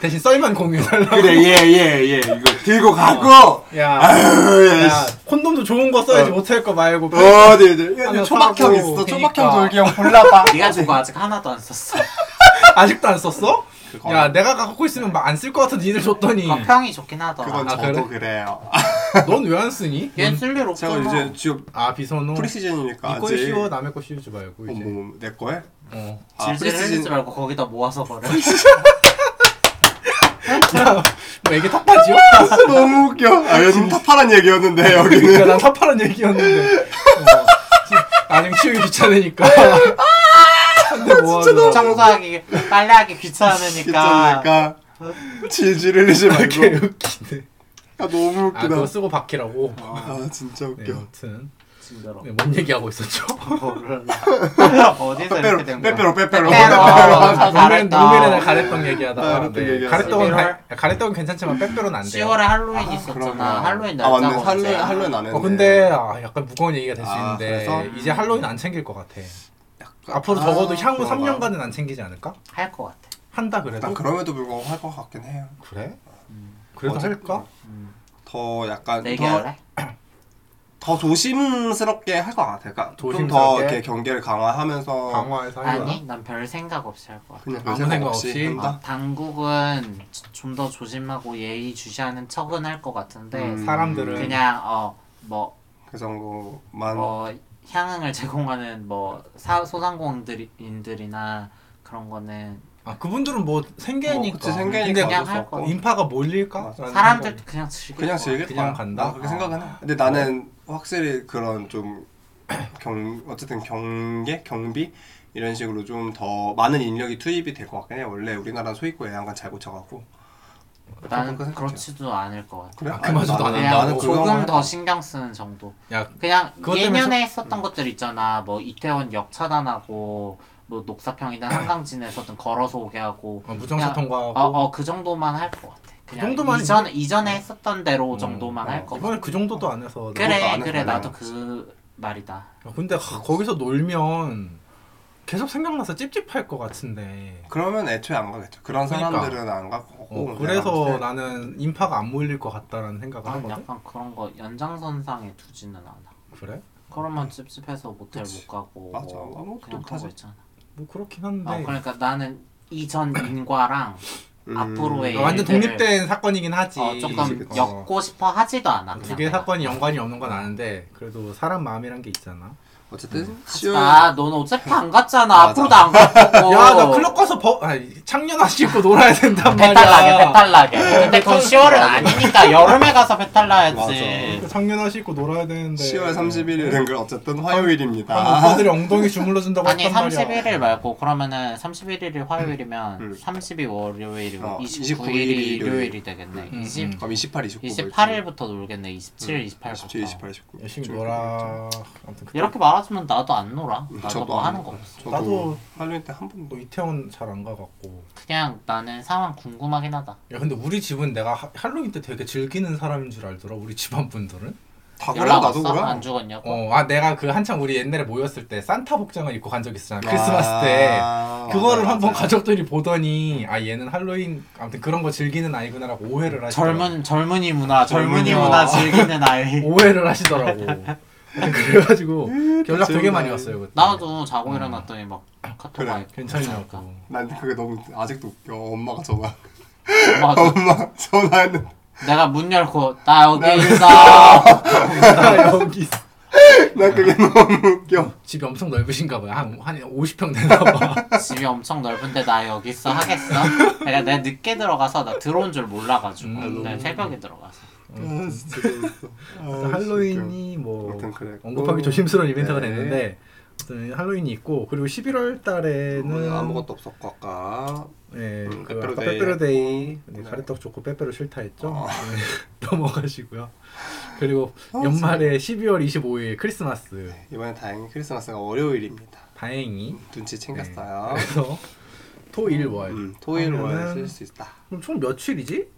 S1: 대신 썰만 공유해달라
S2: 그래 예예예 이거 들고 가고
S1: 야,
S2: 아유,
S1: 야
S2: 어. 야, 씨.
S1: 콘돔도 좋은 거 써야지
S2: 어.
S1: 못할 거 말고
S2: 어, 네, 네. 야,
S1: 하나
S2: 초박형
S1: 사고,
S2: 있어. 초박형
S1: 그러니까.
S2: 돌기형 골라봐.
S3: 네가 준거 아직 하나도 안 썼어
S1: 아직도 안 썼어?
S2: 그거.
S1: 야 내가 갖고 있으면 안 쓸 것 같아 니들 줬더니
S3: 어, 평이 좋긴 하더라
S2: 그건
S1: 아,
S2: 저도 그래요.
S1: 넌 왜 안 쓰니?
S3: 얘 쓸일
S2: 제가
S3: 없잖아.
S2: 이제 지금
S1: 아 비선호
S2: 프리시즌이니까
S1: 어, 이거
S2: 아직
S1: 씌워 남의 거 씌우지 말고
S2: 어,
S1: 이제
S2: 뭐, 뭐, 내 거에?
S1: 어.
S2: 아,
S3: 질질 흘리지
S2: 프리시즌
S3: 말고 거기다 모아서 버려.
S1: 뭐 이게 탑파지요?
S2: 너무 웃겨. 아, 요즘 탑하란 얘기였는데 여기는
S1: 그러니까 난 탑파란 얘기였는데 어. 나중에 치우기 귀찮으니까 근데 뭐
S3: 청소하기, 빨래하기
S1: 그러니까.
S3: 귀찮으니까.
S2: 괜찮으니까 그러니까 질질 흘리지 말고.
S1: 이렇게 웃기네
S2: 아, 너무
S1: 아 그거
S2: 웃기다.
S1: 쓰고 박히라고
S2: 아, 진짜
S1: 네
S2: 웃겨.
S1: 아무튼
S3: 힘들어.
S1: 네, 뭔 얘기하고 있었죠?
S3: 몰라. 어디서 이렇게 된 거야?
S2: 빼빼로, 빼빼로, 빼빼로.
S3: 빼빼로. 아,
S1: 노미는
S3: 잘했다.
S1: 노미는 가래떡 얘기하다가
S2: 가래떡
S1: 네.
S2: 얘기하자.
S1: 가래떡은
S3: 빼빼로.
S1: 가- 가래떡은 괜찮지만 빼빼로는 안 돼요
S3: 10월에 할로윈
S2: 그러면.
S3: 있었잖아. 할로윈
S2: 아,
S3: 날짜가
S2: 맞네. 할로윈,
S3: 언제야?
S2: 할로윈 안 했네.
S1: 어 근데 아, 약간 무거운 얘기가 될 수
S2: 아,
S1: 있는데
S2: 그래서?
S1: 이제 할로윈 안 챙길 것 같아. 앞으로 적어도 향후 3년간은 안 챙기지 않을까?
S3: 할것 같아.
S1: 한다
S2: 일단
S1: 그래도
S2: 그럼에도 불구하고 할 것 같긴 해요.
S1: 그래? 그래도
S2: 어차피-
S1: 할까?
S2: 더 약간
S3: 내기
S2: 더,
S3: 할래?
S2: 더 조심스럽게 할 것 같아요. 그러니까 좀 더
S1: 조심스럽게?
S2: 이렇게 경계를
S1: 뭐.
S2: 강화하면서
S1: 강화해서 하는 거야?
S3: 아니, 난 별 생각 없이 할 것 같아. 어,
S2: 그냥
S1: 아무
S2: 별 생각
S1: 생각
S2: 없이,
S1: 없이?
S2: 한다.
S3: 당국은 좀 더 조심하고 예의 주시하는 척은 할 것 같은데
S2: 음.
S1: 사람들은
S3: 그냥 어뭐
S2: 그 정도만
S1: 어,
S3: 뭐 향응을 제공하는 뭐 사, 소상공인들이나 그런 거는
S1: 아 그분들은 뭐
S2: 뭐
S1: 생계니까.
S2: 그치 생계니까
S1: 근데 뭐
S3: 그냥
S2: 어쩔 수
S3: 할
S2: 없고.
S3: 거야.
S1: 인파가 몰릴까?
S2: 맞아.
S1: 라는
S3: 사람들
S1: 생각이-
S3: 그냥 즐길
S2: 뭐 그냥
S3: 거야.
S2: 즐길
S1: 그냥
S2: 거야.
S1: 간다? 아.
S2: 나 그렇게 생각은 해. 근데 나는 확실히 그런 좀 경 어쨌든 경계 경비 이런 식으로 좀 더 많은 인력이 투입이 될 것 같긴 해. 원래 우리나라 소유고에 양간 잘 고쳐갖고
S3: 나는
S2: 그렇게 생각해요.
S3: 그렇지도 않을 것 같아.
S2: 그래?
S1: 아, 그마저도
S2: 아니,
S1: 안
S3: 그냥
S1: 한다고?
S2: 나는 그거만
S3: 조금
S2: 해.
S3: 더 신경 쓰는 정도.
S1: 야
S3: 그냥
S1: 그것 때문에
S3: 예년에 했었던 것들 있잖아. 뭐 이태원 역 차단하고 뭐 녹사평이나 한강진에서든 걸어서 오게 하고.
S1: 어, 무정차
S3: 그냥-
S1: 통과하고
S3: 어, 어, 그 정도만 할 것 같아. 그냥
S1: 정도만
S3: 이전 이전에 했었던 대로
S1: 어,
S3: 정도만
S1: 어,
S3: 할 것 같아.
S1: 이번에 그 정도도 안 해서
S2: 그것도 안
S3: 그래,
S2: 해서
S3: 그래
S2: 말이야.
S3: 나도 그 말이다.
S1: 야, 근데 하, 거기서 놀면 계속 생각나서 찝찝할 것 같은데.
S2: 그러면 애초에 안 가겠죠. 그런
S1: 그러니까.
S2: 사람들은 안 갈 거고.
S1: 어,
S2: 내가
S1: 그래서
S2: 봤을 때
S1: 나는 인파가 안 몰릴 것 같다라는 생각을
S3: 난
S1: 하거든.
S3: 약간 아, 그런 거 연장선상에 두지는 않아.
S1: 그래?
S3: 그러면 찝찝해서 모텔
S2: 그치.
S3: 못 가고
S2: 맞아.
S3: 뭐
S2: 아무것도
S3: 그냥 그런
S2: 못하지.
S3: 거 있잖아.
S1: 뭐 그렇긴 한데.
S3: 아 그러니까 나는 이전 인과랑
S2: 음.
S3: 앞으로의
S1: 아, 완전
S3: 일들을
S1: 독립된 사건이긴 하지.
S3: 네. 어, 조금
S2: 그치.
S3: 엮고 싶어 하지도 않아.
S1: 두 개 사건이 연관이 없는 건 아는데 그래도 사람 마음이란 게 있잖아.
S2: 어쨌든 시월
S3: 아, 넌 어차피 안 갔잖아.
S2: 맞아.
S3: 앞으로도 안 갔고.
S1: 야 나 클럽 가서 버, 아니, 창년하시고 놀아야 된단 말이야.
S3: 배탈 나게 배탈 나게. 근데 그건 10월은 아니니까 여름에 가서 배탈 나야지.
S2: 맞아.
S1: 창년하시고 놀아야 되는데.
S2: 10월
S1: 네.
S2: 31일은 그 어쨌든
S1: 음.
S2: 화요일입니다.
S1: 아, 오빠들이 엉덩이 주물러 준다고
S3: 아니
S1: 했단 말이야.
S3: 31일 말고 그러면은 31일이 화요일이면
S2: 음.
S3: 30이 월요일이고
S2: 어,
S3: 29일이
S2: 29일이
S3: 일요일이
S2: 일요일이
S3: 되겠네.
S1: 음,
S3: 20,
S1: 음.
S2: 그럼 뭐 28, 29,
S3: 28일부터 놀겠네.
S2: 음.
S3: 27, 28부터.
S2: 27, 28, 29.
S1: 열심히 놀아.
S2: 그렇죠.
S1: 아무튼 그때
S3: 이렇게 말하지면 나도 안 놀아.
S2: 음,
S3: 나도
S2: 저도
S3: 뭐
S2: 안
S3: 하는 거
S2: 놀아.
S3: 없어.
S2: 저도
S1: 나도-
S2: 할로윈 때한 번도
S1: 뭐 이태원 잘 안 가갖고.
S3: 그냥 나는 상황 궁금하긴 하다.
S2: 아,
S1: 야 근데 우리 집은 내가 하- 할로윈 때 되게 즐기는 사람인 줄 알더라. 우리 집안 분들은.
S2: 다 그래
S3: 연락
S2: 나도
S3: 왔어?
S2: 그래.
S3: 안 죽었냐고?
S1: 어, 아 내가 그 한창 우리 옛날에 모였을 때 산타 복장을 입고 간 적 있었잖아. 크리스마스 때.
S2: 아,
S1: 그거를
S2: 맞아,
S1: 한번
S2: 맞아.
S1: 가족들이 보더니 아 얘는 할로윈 아무튼 그런 거 즐기는 아이구나라고 오해를 하시더라고.
S3: 젊은 젊은이 문화, 젊은이
S2: 젊은이
S3: 문화
S2: 문화.
S3: 즐기는 아이.
S1: 오해를 하시더라고. 그래가지고
S2: 음,
S1: 연락 되게
S2: 그치,
S1: 많이
S2: 나이.
S1: 왔어요 그때.
S3: 나도 그러니까. 자고 일어났더니 막 카톡
S2: 그래,
S3: 와요.
S1: 괜찮냐고.
S2: 난 그게 너무 아직도 웃겨. 엄마가 전화.
S1: 아, 그-
S3: 엄마가 또-
S2: 엄마 전화했는데
S3: 내가 문 열고 나 여기
S2: 나 여기
S3: 있어.
S1: 나 아, 여기 있어.
S2: 난
S1: 아.
S2: 그게 너무 웃겨.
S1: 집이 엄청 넓으신가 봐요. 한, 한 50평 되나 봐.
S2: 아,
S3: 집이 엄청 넓은데 나 여기 있어 하겠어? 내가 내가 늦게 들어가서 나 들어온 줄 몰라가지고
S1: 음.
S3: 내가 새벽에 들어가서
S2: 아 진짜 재밌어. 아, 진짜.
S1: 할로윈이 뭐
S2: 아무튼 그래.
S1: 언급하기 조심스러운 이벤트가
S2: 네.
S1: 됐는데 아무튼 할로윈이 있고 그리고 11월 달에는
S2: 오늘 뭐, 아무것도 없었고 아까
S1: 예,
S2: 음,
S1: 그
S2: 빼빼로
S1: 아까
S2: 데이.
S1: 빼빼로데이 네,
S2: 네.
S1: 가래떡 좋고 빼빼로 싫다 했죠.
S2: 어.
S1: 네, 넘어가시고요. 그리고
S2: 아, 네.
S1: 연말에 12월 25일 크리스마스
S2: 이번에 다행히 크리스마스가 월요일입니다.
S1: 다행히
S2: 눈치
S1: 네,
S2: 챙겼어요.
S1: 그래서 토일월
S2: 아. 음, 토일
S1: 그러면은-
S2: 월 쓸 수 있다.
S1: 그럼 총 며칠이지?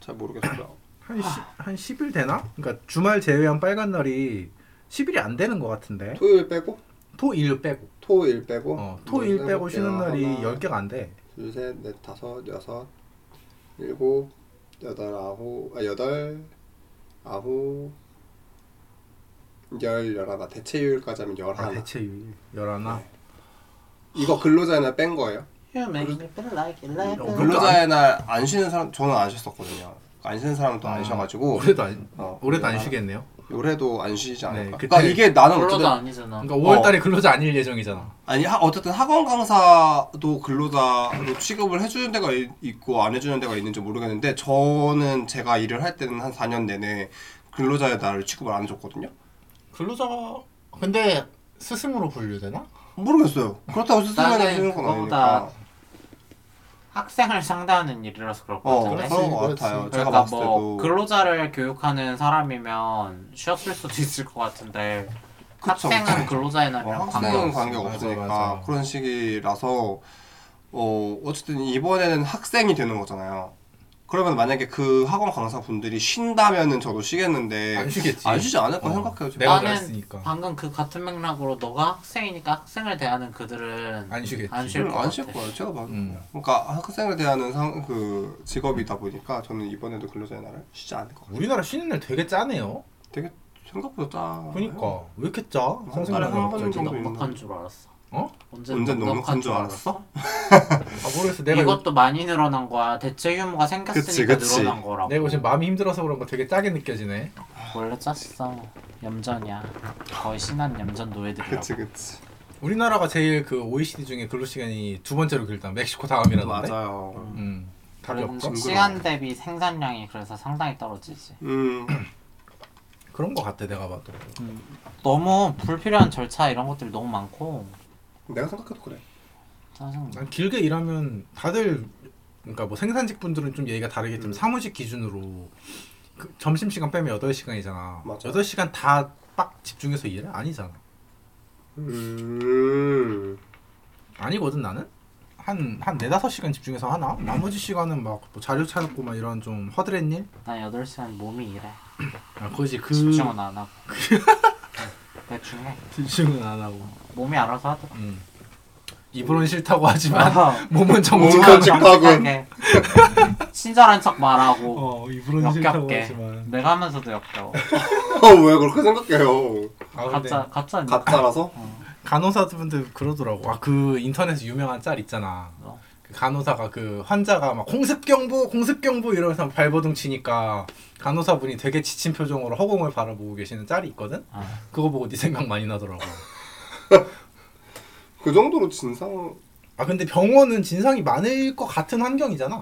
S2: 잘 모르겠어요.
S1: 한, 시, 한 10일 되나? 그러니까 주말 제외한 빨간 날이 10일이 안 되는 것 같은데
S2: 토요일 빼고
S1: 토일 빼고
S2: 토일 빼고 네,
S1: 어, 토일 빼고 쉬는 날이 10개가 안 돼.
S2: 둘셋넷 다섯 여섯 일곱 여덟 아홉 아 여덟 아홉 열 열하나 대체율까지 하면
S1: 아,
S2: 열하나
S1: 대체 1 1
S2: 이거 근로자의 날 뺀 거예요?
S3: You make me feel like a light.
S1: 어, 그럼-
S2: 근로자의 날 안 쉬는 사람 저는 안 쉬었었거든요. 안 쉬는 사람도
S1: 아.
S2: 안 쉬어가지고
S1: 올해도 안,
S2: 어,
S1: 올해도 안
S2: 열하나.
S1: 쉬겠네요.
S2: 올해도 안 쉬지 않을까.
S1: 네, 그때-
S2: 그러니까 이게 나는
S3: 별로도
S2: 어쨌든
S3: 아니잖아
S1: 그러니까 5월 달에 근로자 아닐 예정이잖아.
S2: 아니 하, 어쨌든 학원 강사도 근로자로 취급을 해주는 데가 이- 있고 안 해주는 데가 있는지 모르겠는데 저는 제가 일을 할 때는 한 4년 내내 근로자의 날을 취급을 안 해줬거든요.
S5: 근로자가 근데 스승으로 분류되나?
S2: 모르겠어요. 그렇다고 스승을
S3: 나는
S2: 해주는 건
S3: 그거보다
S2: 아니니까.
S3: 학생을 상대하는 일이라서 그럴 것
S2: 어
S3: 같은데
S2: 그런 것
S5: 그렇지.
S2: 같아요. 제가
S3: 그러니까
S2: 봤을
S3: 뭐
S2: 때도
S3: 근로자를 교육하는 사람이면 쉬었을 수도 있을 것 같은데
S2: 그쵸,
S3: 학생은
S2: 그쵸.
S3: 근로자의
S2: 어,
S3: 날이랑
S2: 학생은
S3: 관계없어
S2: 관계가
S1: 맞아,
S2: 없으니까
S1: 맞아.
S2: 그런 식이라서 어 어쨌든 이번에는 학생이 되는 거잖아요. 그러면 만약에 그 학원 강사분들이 쉰다면은 저도 쉬겠는데
S1: 안 쉬겠지.
S2: 안 쉬지 않을 거
S1: 어.
S2: 생각해요. 지금.
S1: 내가
S3: 나는-
S1: 그랬으니까.
S3: 방금 그 같은 맥락으로 너가 학생이니까 학생을 대하는 그들은
S1: 안 쉬겠지.
S3: 안 쉬-
S2: 음,
S3: 것
S2: 안 쉬울
S3: 같아.
S2: 거예요. 제가 봐도.
S1: 음.
S2: 그러니까 학생을 대하는 상, 그 직업이다 보니까 저는 이번에도 근로자의 날을 쉬지 않을 것 같아요.
S1: 우리나라 쉬는 날 되게 짜네요.
S2: 되게 생각보다 짜.
S1: 그러니까 왜 이렇게 짜?
S2: 나는 아, 한 번은
S1: 갑자기.
S2: 정도
S3: 넉넉한
S2: 있는데.
S3: 줄 알았어
S1: 어?
S3: 언제
S2: 언제 넉넉한 줄 알았어?
S1: 아 모르겠어. 내가 요-
S3: 이것도 많이 늘어난 거야 대체 규모가 생겼으니까
S2: 그치, 그치.
S3: 늘어난 거라고
S1: 내가 요즘 마음이 힘들어서 그런 거 되게 짜게 느껴지네.
S3: 원래 짰어 염전이야 거의 신한 염전 노예들이라고
S2: 그치 그치.
S1: 우리나라가 제일 그 OECD 중에 근로 시간이 두 번째로 길다. 멕시코 다음이라던데.
S2: 맞아요.
S1: 음. 답이 없어?
S3: 그리고 시간 대비 생산량이 그래서 상당히 떨어지지
S2: 음
S1: 그런 거 같아 내가 봐도.
S3: 너무 불필요한 절차 이런 것들이 너무 많고
S2: 내가 생각해도 그래.
S3: 짜증나
S1: 난 길게 일하면 다들 그러니까 뭐 생산직 분들은 좀 얘기가 다르겠지만
S2: 음.
S1: 사무직 기준으로 그 점심 시간 빼면 8시간이잖아.
S2: 맞아.
S1: 8시간 다 빡 집중해서 일해? 아니잖아.
S2: 음.
S1: 아니거든 나는 한한 네다섯 시간 집중해서 하나 나머지 시간은 막 뭐 자료 찾고 막 이런 좀 허드렛 일?
S3: 난 8시간 몸이 일해
S1: 아 그거지 그
S3: 집중은 안 하고 대충 해.
S1: 지금은 안 하고.
S3: 몸이 알아서 하더라.
S1: 음. 입으론 싫다고 하지만
S3: 아.
S1: 몸은
S2: 몸은
S1: 정직하고.
S2: 정- 정직하군.
S3: 정직하게. 친절한 척 말하고
S1: 어 입으론 싫다고
S3: 역겹게.
S1: 하지만.
S3: 내가 하면서도 역겨워.
S2: 어, 왜 그렇게 생각해요?
S1: 아 근데
S3: 가짜 가짜 어. 아니야?
S2: 가짜라서?
S1: 간호사분들 그러더라고. 아 그 인터넷 유명한 짤 있잖아.
S3: 어.
S1: 그 간호사가 그 환자가 막 공습경보 공습경보 이러면서 발버둥 치니까 간호사분이 되게 지친 표정으로 허공을 바라보고 계시는 짤이 있거든.
S3: 아.
S1: 그거 보고 네 생각 많이 나더라고.
S2: 그 정도로 진상
S1: 아 근데 병원은 진상이 많을 것 같은 환경이잖아.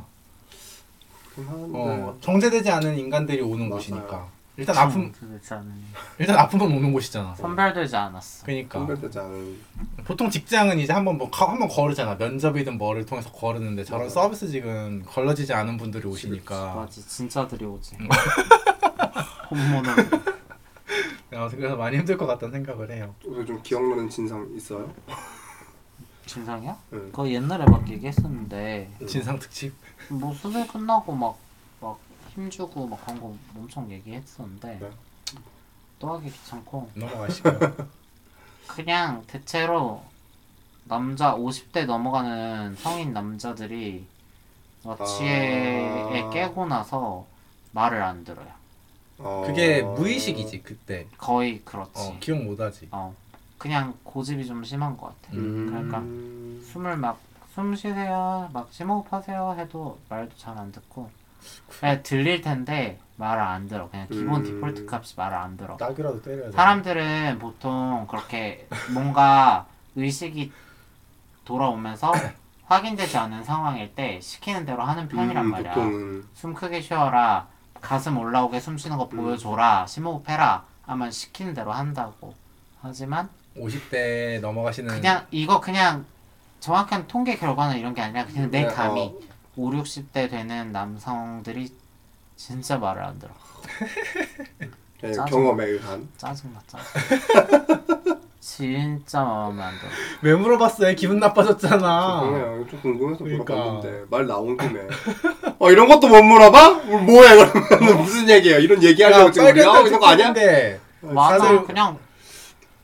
S2: 한데
S1: 어, 정제되지 않은 인간들이 오는
S2: 맞아요.
S1: 곳이니까. 일단 아픔
S3: 도대체 않으니.
S1: 일단 아픔은 오는 곳이잖아.
S3: 선별되지 않았어.
S1: 그러니까
S2: 선별되지 않은
S1: 보통 직장은 이제 한번 뭐 가- 한번 거르잖아. 면접이든 뭐를 통해서 거르는데 저런
S2: 맞아요.
S1: 서비스직은 걸러지지 않은 분들이 오시니까.
S3: 맞지 진짜들이 오지.
S1: 음.
S3: 혼모는
S1: 어, 그래서 많이 힘들 것 같다는 생각을 해요.
S2: 요새 좀 기억나는 진상 있어요?
S3: 진상이야?
S2: 네.
S1: 음.
S3: 그거 옛날에 막 얘기했었는데
S1: 진상 특집.
S3: 뭐 수술 끝나고 막 막 힘주고 막 그런 거 엄청 얘기했었는데
S2: 네.
S3: 또 하기 귀찮고
S1: 넘어가시고요.
S3: 그냥 대체로 남자 50대 넘어가는 성인 남자들이 마취에
S2: 아.
S3: 깨고 나서 말을 안 들어요.
S2: 어...
S1: 그게 무의식이지 그때.
S3: 거의 그렇지.
S1: 어,
S3: 어,
S1: 기억 못하지.
S3: 그냥 고집이 좀 심한 것 같아. 그러니까
S2: 음...
S1: 그러니까.
S3: 숨을 막 숨 쉬세요, 막 심호흡하세요 해도 말도 잘 안 듣고 그냥 들릴 텐데 말을 안 들어. 그냥 기본
S2: 음.
S3: 디폴트 값이 말을 안 들어.
S1: 딱이라도 때려야 돼.
S3: 사람들은 보통 그렇게 뭔가 의식이 돌아오면서 확인되지 않은 상황일 때 시키는 대로 하는 편이란
S2: 음,
S3: 말이야.
S2: 보통은
S3: 숨 크게 쉬어라, 가슴 올라오게 숨 쉬는
S2: 음.
S3: 거 보여줘라, 심호흡 해라 하면 시키는 대로 한다고. 하지만
S1: 50대
S2: 네.
S1: 넘어가시는
S3: 그냥 이거 그냥 정확한 통계 결과는 이런 게 아니라 그냥 내
S2: 네,
S3: 감이 5, 60대 되는 남성들이 진짜 말을 안 들어.
S2: 네,
S3: 짜증.
S2: 경험에 의한
S3: 짜증나 짜증. 진짜 마음에 안 들어.
S1: 왜 물어봤어? 얘 기분 나빠졌잖아.
S2: 죄송해요 좀 궁금해서
S1: 그러니까.
S2: 물어봤는데 말 나온 김에 어 이런 것도 못 물어봐? 뭘 뭐해
S3: 어?
S2: 그러면 무슨 얘기예요 이런 얘기하려고 지금 우리가 하고 있는 거 아니야?
S1: 특집인데
S3: 맞아
S1: 다들-
S3: 뭐 그냥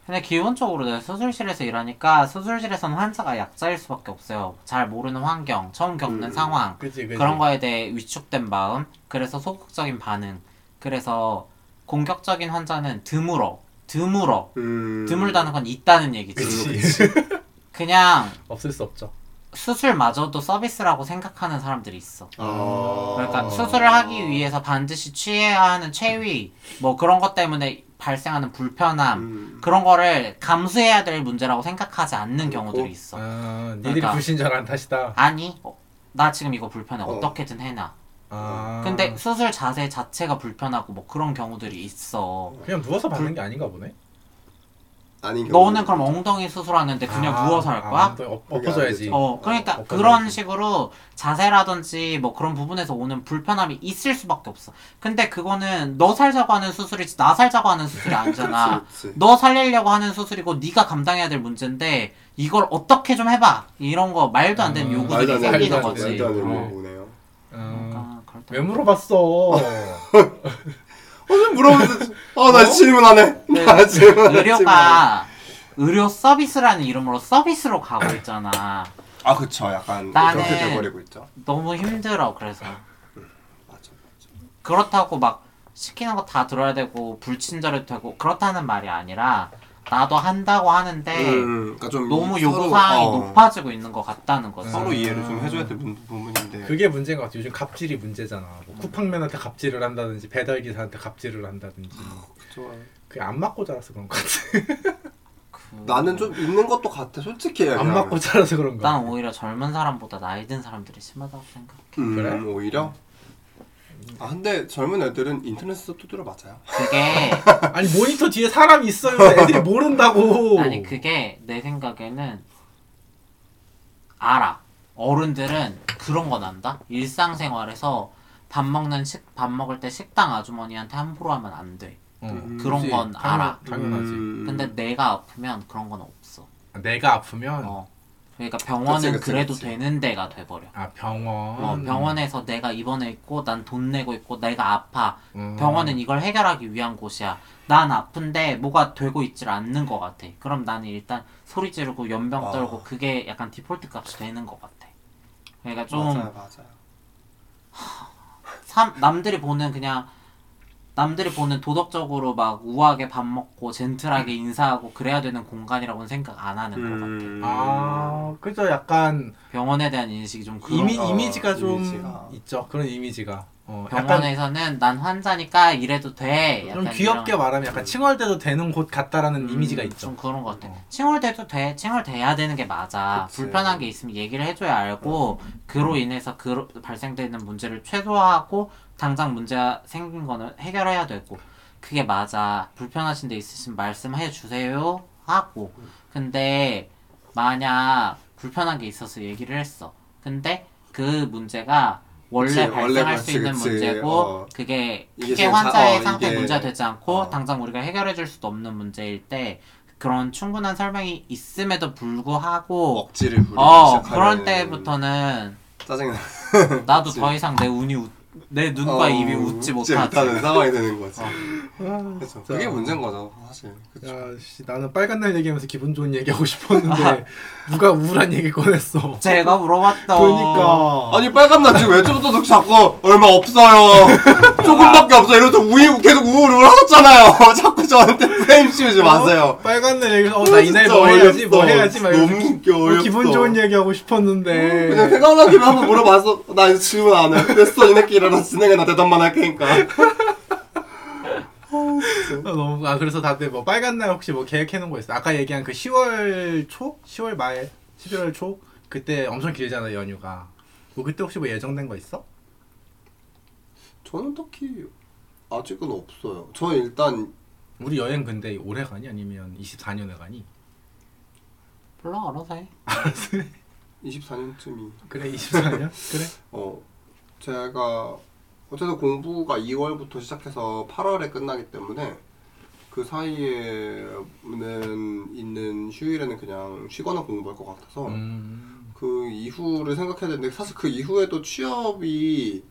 S3: 근데 기본적으로 내가 수술실에서 일하니까 수술실에서는 환자가 약자일 수밖에 없어요 잘 모르는 환경 처음 겪는
S2: 음,
S3: 상황
S1: 그치 그치.
S3: 그런 거에 대해 위축된 마음 그래서 소극적인 반응 그래서 공격적인 환자는 드물어 드물어
S2: 음...
S3: 드물다는 건 있다는 얘기지
S1: 그치.
S3: 그냥
S1: 없을 수 없죠.
S3: 수술마저도 서비스라고 생각하는 사람들이 있어
S2: 아...
S3: 그러니까 수술을 하기 위해서 반드시 취해야 하는 체위 뭐 그런 것 때문에 발생하는 불편함
S2: 음...
S3: 그런 거를 감수해야 될 문제라고 생각하지 않는 경우들이 있어.
S1: 아, 니들이
S3: 그러니까.
S1: 불신자라는 탓이다.
S3: 아니, 어, 나 지금 이거 불편해.
S2: 어.
S3: 어떻게든 해놔.
S1: 아.
S3: 근데 수술 자세 자체가 불편하고 뭐 그런 경우들이 있어.
S1: 그냥 누워서 받는 게 아닌가 보네.
S2: 아닌 경우
S3: 너는 그럼 엉덩이 수술하는데 그냥
S1: 아,
S3: 누워서 할 거야?
S1: 아, 또 엎- 엎어져야지.
S3: 어, 그러니까
S1: 어,
S3: 그런
S1: 엇갈리지.
S3: 식으로 자세라든지 뭐 그런 부분에서 오는 불편함이 있을 수밖에 없어. 근데 그거는 너 살자고 하는 수술이지 나 살자고 하는 수술이 아니잖아.
S2: 그렇지
S3: 너 살리려고 하는 수술이고 네가 감당해야 될 문제인데 이걸 어떻게 좀 해봐 이런 거 말도 안 되는
S1: 음,
S2: 말도
S3: 요구들이
S2: 안 되는
S3: 생기는
S1: 말도
S3: 거지
S2: 말도 안 되는
S3: 어.
S2: 거네요
S1: 어.
S3: 그러니까 그럴 때
S1: 왜 물어봤어?
S2: 어좀 물어보면서 아나 질문 안 해. 나 질문 안 해.
S3: 네. 의료가 의료 서비스라는 이름으로 서비스로 가고 있잖아
S2: 아 그쵸 약간
S3: 나는-
S2: 그렇게 돼버리고 있죠.
S3: 너무 힘들어 그래서
S2: 맞아 맞아.
S3: 그렇다고 막 시키는 거 다 들어야 되고 불친절해도 되고 그렇다는 말이 아니라 나도 한다고 하는데
S2: 음, 그러니까 좀
S3: 네. 너무
S2: 이-
S3: 요구
S2: 서로-
S3: 사항이
S2: 어,
S3: 높아지고 음. 있는 것 같다는 거지
S2: 서로 이해를 좀 해줘야 될 부- 부분인데
S1: 그게 문제인 것 같아. 요즘 갑질이 문제잖아. 뭐 쿠팡맨한테 갑질을 한다든지 배달 기사한테 갑질을 한다든지.
S2: 좋아.
S1: 그게 안 맞고 자라서 그런 것 같아.
S3: 그-
S2: 나는 좀 있는 것도 같아 솔직히
S1: 안 맞고 자라서 그런 거.
S3: 난 오히려 젊은 사람보다 나이 든 사람들이 심하다고 생각
S2: 음,
S1: 그래?
S2: 오히려 아 근데 젊은 애들은 인터넷에서 두드려 맞아요
S3: 그게
S1: 아니 모니터 뒤에 사람이 있어요. 근데 애들이 모른다고.
S3: 아니 그게 내 생각에는 알아. 어른들은 그런 건 안다. 일상생활에서 밥 먹는 식, 밥 먹을 때 식당 아주머니한테 함부로 하면 안 돼.
S1: 어.
S2: 음,
S3: 그런
S2: 그치.
S3: 건
S1: 당연-
S3: 알아.
S1: 당연하지.
S2: 음,
S3: 근데 내가 아프면 그런 건 없어.
S1: 내가 아프면
S3: 어. 그러니까 병원은
S2: 그치, 그치,
S3: 그래도
S2: 그치. 음.
S3: 되는 데가 돼버려.
S1: 아 병원.
S3: 어, 병원에서 내가 입원해 있고 난 돈 내고 있고 내가 아파.
S1: 음.
S3: 병원은 이걸 해결하기 위한 곳이야. 난 아픈데 뭐가 되고 있질 않는 것 같아. 그럼 나는 일단 소리 지르고 연병
S2: 아.
S3: 떨고 그게 약간 디폴트 값이 되는 것 같아. 그러니까 좀
S2: 맞아요, 맞아요.
S3: 삼, 남들이 보는 그냥 남들이 보는 도덕적으로 막 우아하게 밥 먹고 젠틀하게 인사하고 그래야 되는 공간이라고는 생각 안 하는 것 같아.
S2: 음.
S1: 아 그죠 약간
S3: 병원에 대한 인식이 좀 그런
S1: 이미
S2: 거,
S1: 이미지가 좀
S2: 이미지가.
S1: 있죠 그런 이미지가. 어, 약간
S3: 병원에서는 난 환자니까 이래도 돼.
S1: 좀
S3: 약간
S1: 귀엽게
S3: 이런-
S1: 말하면 약간 칭얼대도 되는 곳 같다라는
S3: 음,
S1: 이미지가 있죠.
S3: 좀 그런 것 같아.
S1: 어.
S3: 칭얼대도 돼. 칭얼대야 되는 게 맞아.
S2: 그치. 음.
S3: 불편한 게 있으면 얘기를 해줘야 알고 그로 인해서 그 발생되는 문제를 최소화하고 당장 문제 생긴 거는 해결해야 되고 그게 맞아. 불편하신 데 있으시면 말씀해 주세요 하고
S2: 음.
S3: 근데 만약 불편한 게 있어서 얘기를 했어. 근데 그 문제가 원래
S2: 그치, 원래
S3: 발생할 수
S2: 그렇지,
S3: 있는
S2: 그치.
S3: 문제고
S2: 어.
S3: 그게
S2: 이게
S3: 크게
S2: 지금 사-
S3: 환자의
S2: 어,
S3: 상태
S2: 이게-
S3: 문제가 되지 않고
S2: 어.
S3: 당장 우리가 해결해 줄 수도 없는 문제일 때 그런 충분한 설명이 있음에도 불구하고
S2: 억지를 부리기
S3: 어
S2: 시작하면
S3: 그럴 때부터는
S2: 짜증나.
S3: 나도
S2: 그치.
S3: 더 이상 내 운이 웃- 내 눈과 입이 웃지 어. 못하지
S2: 못하는 어, 상황이 되는 거지.
S1: 아,
S2: 그렇죠.
S1: 진짜.
S2: 그게 문제인 거죠, 사실. 그렇죠.
S1: 야, 씨, 나는 빨간 날 얘기하면서 기분 좋은 얘기하고 싶었는데 누가 우울한 얘기 아. 꺼냈어.
S3: 제가 물어봤다
S1: 그러니까
S2: 아니 빨간 날 지금 왜저부터 자꾸 얼마 없어요. 조금밖에 없어 이러면서 우이 계속 우울우울 하셨잖아요. 자꾸 저한테 프레임 씌우지 마세요.
S1: 어? 빨간 날 얘기. 어나 이날
S2: 진짜
S1: 뭐 해야지 뭐
S2: 어이없어.
S1: 해야지 막
S2: 너무
S1: 이러면서 기-
S2: 웃겨,
S1: 뭐 기분
S2: 어이없어.
S1: 좋은 얘기하고 싶었는데.
S2: 그냥 생각나기만 한번 물어봤어. 나 이제 질문 안 해. 됐어 이네끼리 알아서 진행해 나 대답만 할 테니까.
S1: 아, 너무 아 그래서 다들 뭐 빨간 날 혹시 뭐 계획해 놓은 거 있어? 아까 얘기한 그 10월 초, 10월 말, 11월 초 그때 엄청 길잖아 연휴가. 뭐 그때 혹시 뭐 예정된 거 있어?
S2: 저는 딱히 아직은 없어요. 저는 일단
S1: 우리 여행 근데 올해 가니 아니면 24년에 가니?
S3: 몰라 알아서 해
S2: 24년쯤이
S1: 그래 24년? 그래.
S2: 어 제가 어쨌든 공부가 2월부터 시작해서 8월에 끝나기 때문에 그 사이에는 있는 휴일에는 그냥 쉬거나 공부할 것 같아서
S1: 음.
S2: 그 이후를 생각해야 되는데 사실 그 이후에도 취업이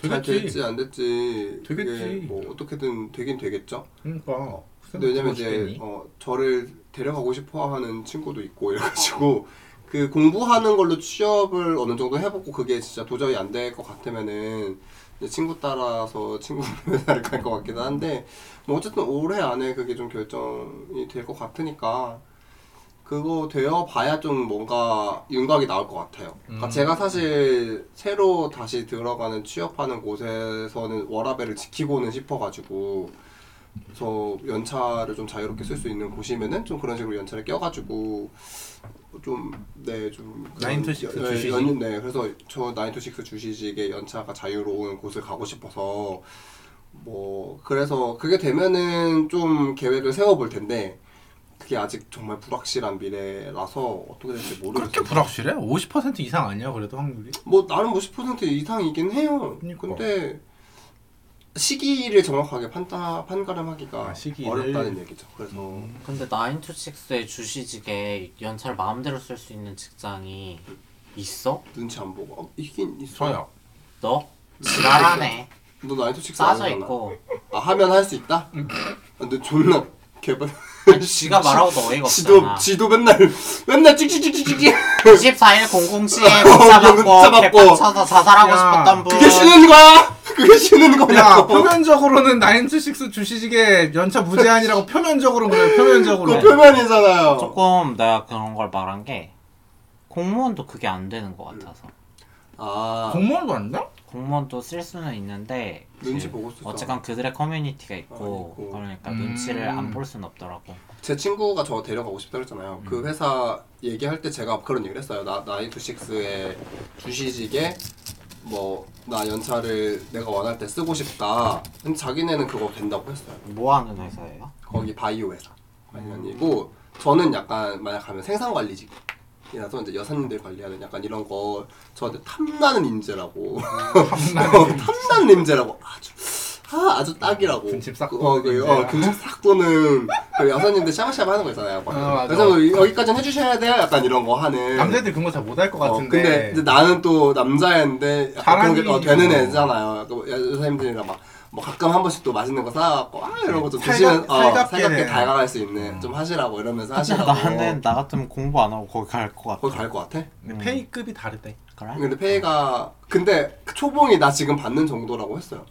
S2: 잘
S1: 되겠지.
S2: 될지 안 될지 그게
S1: 되겠지.
S2: 뭐 어떻게든 되긴 되겠죠.
S1: 그러니까.
S2: 어. 근데 왜냐면 이제
S1: 죽겠니?
S2: 어, 저를 데려가고 싶어하는 친구도 있고 이래가지고 그 공부하는 걸로 취업을 어느 정도 해보고 그게 진짜 도저히 안 될 것 같으면은 이제 친구 따라서 친구 회사를 갈 것 같기도 한데 뭐 어쨌든 올해 안에 그게 좀 결정이 될 것 같으니까 그거 되어 봐야 좀 뭔가 윤곽이 나올 것 같아요. 그러니까
S1: 음.
S2: 제가 사실 새로 다시 들어가는 취업하는 곳에서는 워라벨을 지키고는 싶어가지고 그래서 연차를 좀 자유롭게 쓸 수 있는 곳이면은 좀 그런 식으로 연차를 껴가지고 좀네좀
S1: 나인 투 식스 주시직?
S2: 네 그래서 저 나인투식스 주시직의 연차가 자유로운 곳을 가고 싶어서 뭐 그래서 그게 되면은 좀 계획을 세워볼 텐데 그게 아직 정말 불확실한 미래라서 어떻게 될지 모르겠어요.
S1: 그렇게 불확실해? 50% 이상 아니야 그래도 확률이?
S2: 뭐 나름 50% 이상이긴 해요.
S1: 그러니까.
S2: 근데 시기를 정확하게 판다 판가름하기가
S1: 아, 시기를. 음.
S2: 어렵다는 얘기죠. 그래서
S3: 근데 9to6의 주시직에 연차를 마음대로 쓸 수 있는 직장이 있어?
S2: 눈치 안 보고 어, 있긴 있어.
S1: 저요.
S3: 너? 지랄하네
S2: 너 나이트 식스
S3: 싸져
S2: 아니잖아.
S3: 있고
S2: 아 하면 할 수 있다.
S1: 음.
S2: 아, 근데 존나 개발.
S3: 아니, 지가 말하고도 어이가
S2: 지도
S3: 없잖아 어.
S2: 지도 맨날 맨날 찍찍찍찍찍.
S3: 24일 00시에 문자
S2: 어, 문자
S3: 받고
S2: 받고.
S3: 개판 쳐서 자살하고
S1: 야,
S3: 싶었던 분
S2: 그게 쉬는 거야? 그게 쉬는
S1: 야
S2: 거냐고.
S1: 표면적으로는 926 주시직에 연차 무제한이라고 표면적으로는 그래
S2: 그거
S1: 표면적으로.
S2: 표면이잖아요.
S3: 조금 내가 그런 걸 말한 게 공무원도 그게 안 되는 것 같아서
S2: 아
S1: 공무원도 안 돼?
S3: 공무원도 쓸 수는 있는데
S2: 눈치
S3: 그
S2: 보고 쓰죠.
S3: 어쨌건 그들의 커뮤니티가 있고
S2: 아, 있고.
S3: 그러니까
S1: 음.
S3: 눈치를 안 볼 수는 없더라고
S2: 제 친구가 저 데려가고 싶다 그랬잖아요. 그 회사 얘기할 때 제가 그런 얘기를 했어요. 나 나인투식스의 주시직에 뭐 나 연차를 내가 원할 때 쓰고 싶다. 근데 자기네는 그거 된다고 했어요.
S3: 뭐 하는 회사예요?
S2: 거기
S1: 음.
S2: 바이오 회사 관련이고 저는 약간 만약 가면 생산 관리직. 이라서 이제 여사님들 관리하는 약간 이런
S1: 음. 어,
S2: 거 저한테 탐나는 인재라고 탐나는, 탐나는 인재라고 아주 아, 아주 딱이라고.
S1: 군침 음, 싹
S2: 어, 그, 어,
S1: 이제.
S2: 군침 싹 도는 그 여사님들 샤바샤바 하는 거 있잖아요. 약간.
S1: 어, 맞아.
S2: 그래서 여기까지는 해주셔야 돼요. 약간 이런 거 하는.
S1: 남자들 그런 거 잘 못 할 것
S2: 네. 어,
S1: 같은데.
S2: 근데 이제 나는 또 남자애인데 약간 그런 게 어,
S1: 잘하니.
S2: 되는 애잖아요. 약간 뭐 여- 여사님들이랑 막. 뭐 가끔 한 번씩 또 맛있는 거 사갖고 아 이런 거좀
S1: 살갑-
S2: 드시면 어,
S1: 살갑게. 음.
S2: 살갑게 달아갈 수 있는 좀 하시라고 이러면서 하시라고
S1: 뭐
S6: 나는 나 같으면 공부 안 하고 거기 갈 것
S2: 거기
S6: 같아.
S2: 갈 것 같아?
S1: 근데 페이급이
S3: 음,
S1: 다르대.
S6: 그래?
S2: 근데 페이가 근데 그 초봉이 나 지금 받는 정도라고 했어요.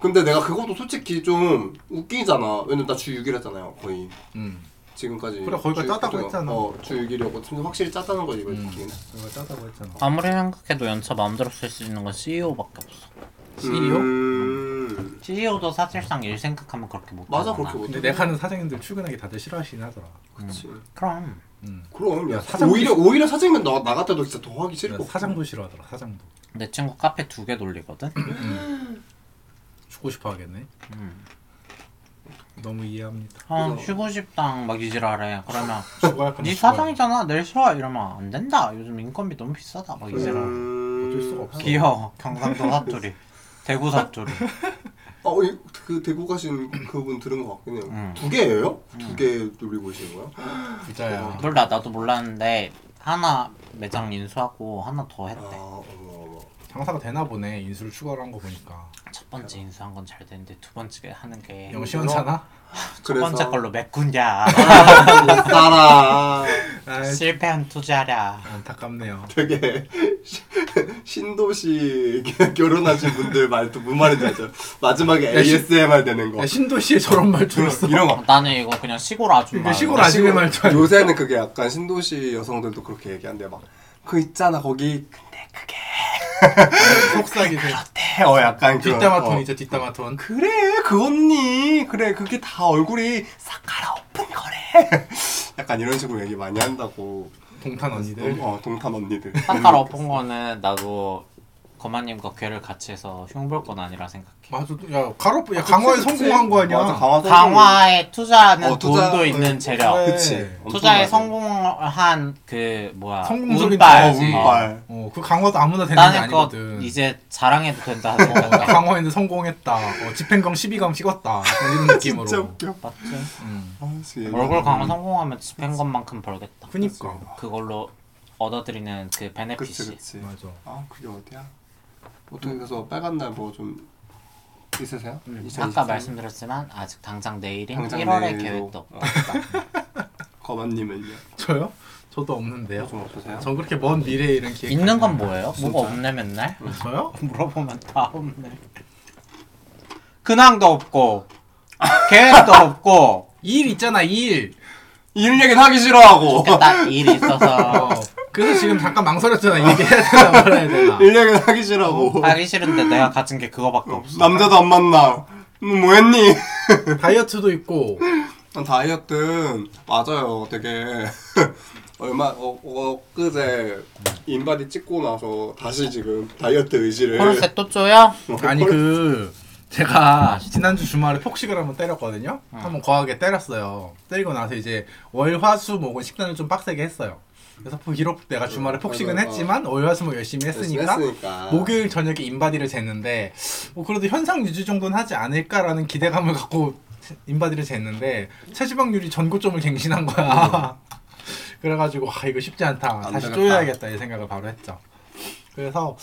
S2: 근데 내가 그것도 솔직히 좀 웃기잖아. 왜냐면 나 주 6일 했잖아요. 거의
S1: 음.
S2: 지금까지.
S1: 그래, 거기가
S2: 주-
S1: 짜다고
S2: 주-
S1: 했잖아.
S2: 어, 주 6일이었고 근데 확실히 짜다는 거지 이걸
S1: 음.
S2: 듣기는.
S1: 그거 짜다고 했잖아.
S3: 아무리 생각해도 연차 마음대로 쓸 수 있는 건 CEO밖에 없어.
S1: CEO?
S2: 음.
S3: CEO도 사실상 일 생각하면 그렇게 못.
S2: 맞아
S3: 하잖아.
S2: 그렇게 못해.
S1: 근데 내가 하는 사장님들 출근하기 다들 싫어하시긴 하더라.
S2: 그치.
S3: 그럼
S1: 음.
S2: 그럼 야,
S1: 야, 사장도
S2: 오히려 오히려 사장이면 나, 나 같아도 진짜 더 하기 싫고.
S1: 사장도 싫어하더라. 사장도
S3: 내 친구 카페 두 개 돌리거든.
S1: 음. 죽고 싶어 하겠네. 너무 이해합니다.
S3: 아
S2: 그래서-
S3: 음. 쉬고 싶당 막 이지랄해. 그러면
S1: 죽어야
S3: 네
S1: 끝나, 죽어야.
S3: 사장이잖아 내일 쉬어 이러면 안 된다. 요즘 인건비 너무 비싸다 막 이지랄.
S2: 음.
S1: 어쩔 수가 없어.
S3: 귀여워 경상도 사투리 대구 사투리
S2: 어, 이- 그 대구 가신 그분 들은 것 같긴 해요.
S3: 음.
S2: 두 개예요? 두 개 돌리고 오시는 거야?
S1: 부자야.
S3: 몰라 나도 몰랐는데 하나 매장 인수하고 하나 더
S2: 아,
S3: 했대
S2: 어머.
S1: 장사가 되나 보네. 인수를 추가로 한 거 보니까.
S3: 첫 번째 인수한 건 잘 됐는데 두 번째 하는 게
S1: 아, 영 시원찮아?
S3: 첫 번째 걸로 메꾼냐
S2: 못 살아.
S1: 아이,
S3: 실패한 투자랴
S1: 안타깝네요.
S2: 되게 시- 신도시 결혼하신 분들 말도 무슨 말인지 알죠? 마지막에
S1: 야, 시-
S2: ASMR 되는 거.
S1: 야, 신도시에 저런 말 들었어.
S2: 어, 이런 거.
S3: 나는 이거 그냥 시골 아줌마
S1: 그러니까 시골 아줌마. 마지막 말도 아니고.
S2: 요새는 그게 약간 신도시 여성들도 그렇게 얘기한대 막. 그 있잖아 거기 근데 그게
S1: 속삭이들.
S2: 어 약간 그런. 어.
S1: 뒷담화톤이죠. 뒷담화톤.
S2: 그래 그 언니 그래 그게 다 얼굴이 싹 갈아엎은 거래. 약간 이런 식으로 얘기 많이 한다고.
S1: 동탄 언니들.
S2: 어 동탄 언니들.
S3: 쌍칼 엎은 거는 나도 거마님과 괴를 같이 해서 흉볼 건 아니라 생각해
S1: 뭐 맞아. 야, 가로프. 야, 강화에 성공한 거 아니야?
S2: 그 맞아 강화
S3: 강화에 투자하는
S2: 어, 투자-
S3: 돈도 있는 재력
S1: 그래.
S2: 그치.
S3: 투자에
S2: 엄청나게.
S3: 성공한 그 뭐야
S1: 성공적인
S2: 어,
S3: 운빨 어.
S2: 운빨.
S1: 어, 그 강화도 아무나 되는 게
S3: 나는 그거
S1: 아니거든. 어,
S3: 이제 자랑해도 된다
S2: 어,
S3: 생각해
S1: 강화에는 성공했다. 어, 집행검 12감 찍었다. 약간 이런 느낌으로.
S2: 진짜 웃겨.
S3: 맞지?
S1: 음.
S2: 아, 진짜 얘기-
S3: 얼굴 강화 성공하면 집행 것만큼 벌겠다
S1: 그니까.
S3: 그걸로 얻어들이는 그
S2: 그치
S3: 베네핏이
S2: 그치.
S1: 맞아.
S2: 아 그게 어디야? 보통 그래서 빨간 날 뭐 좀 있으세요?
S3: 음,
S2: 2023?
S3: 아까 말씀드렸지만 아직 당장 내일인
S2: 당장
S3: 1월에
S2: 내일로.
S3: 계획도 없고
S2: 어, 거만님은요?
S1: 저요? 저도 없는데요.
S2: 좀 없으세요?
S1: 전 그렇게 먼 미래에 이런 기획.
S3: 있는 건 뭐예요? 뭐가 없네 맨날?
S1: 저요?
S3: 물어보면 다 없네 근황도 없고 계획도 없고
S1: 일 있잖아, 일.
S2: 일 얘기는 하기 싫어하고
S3: 딱 일이
S1: 어.
S3: 있어서
S1: 그래서 지금 잠깐 망설였잖아. 얘기해야 되나 말아야 아. 되나.
S2: 일 얘기는 하기 싫어하고
S3: 하기 싫은데 내가 가진 게 그거밖에 없어
S2: 남자도 안 만나 음, 뭐했니?
S1: 다이어트도 있고.
S2: 난 다이어트 맞아요 되게 얼마 어, 엊그제 인바디 찍고 나서 다시 지금 다이어트 의지를
S3: 콜셋 또 줘요?
S1: 아니 그 제가 지난주 주말에 폭식을 한번 때렸거든요.
S3: 어.
S1: 한번 과하게 때렸어요. 때리고 나서 이제 월화수목은 식단을 좀 빡세게 했어요. 그래서 그 기록 내가 주말에
S2: 어,
S1: 폭식은
S2: 맞아, 어.
S1: 했지만 월화수목 열심히 했으니까
S2: 열심히 했으니까.
S1: 목요일 저녁에 인바디를 쟀는데 뭐 그래도 현상 유지 정도는 하지 않을까라는 기대감을 갖고 인바디를 쟀는데 체지방률이 전고점을 갱신한 거야. 그래가지고 와 이거 쉽지 않다.
S2: 안
S1: 다시
S2: 되겠다.
S1: 쪼여야겠다 이 생각을 바로 했죠. 그래서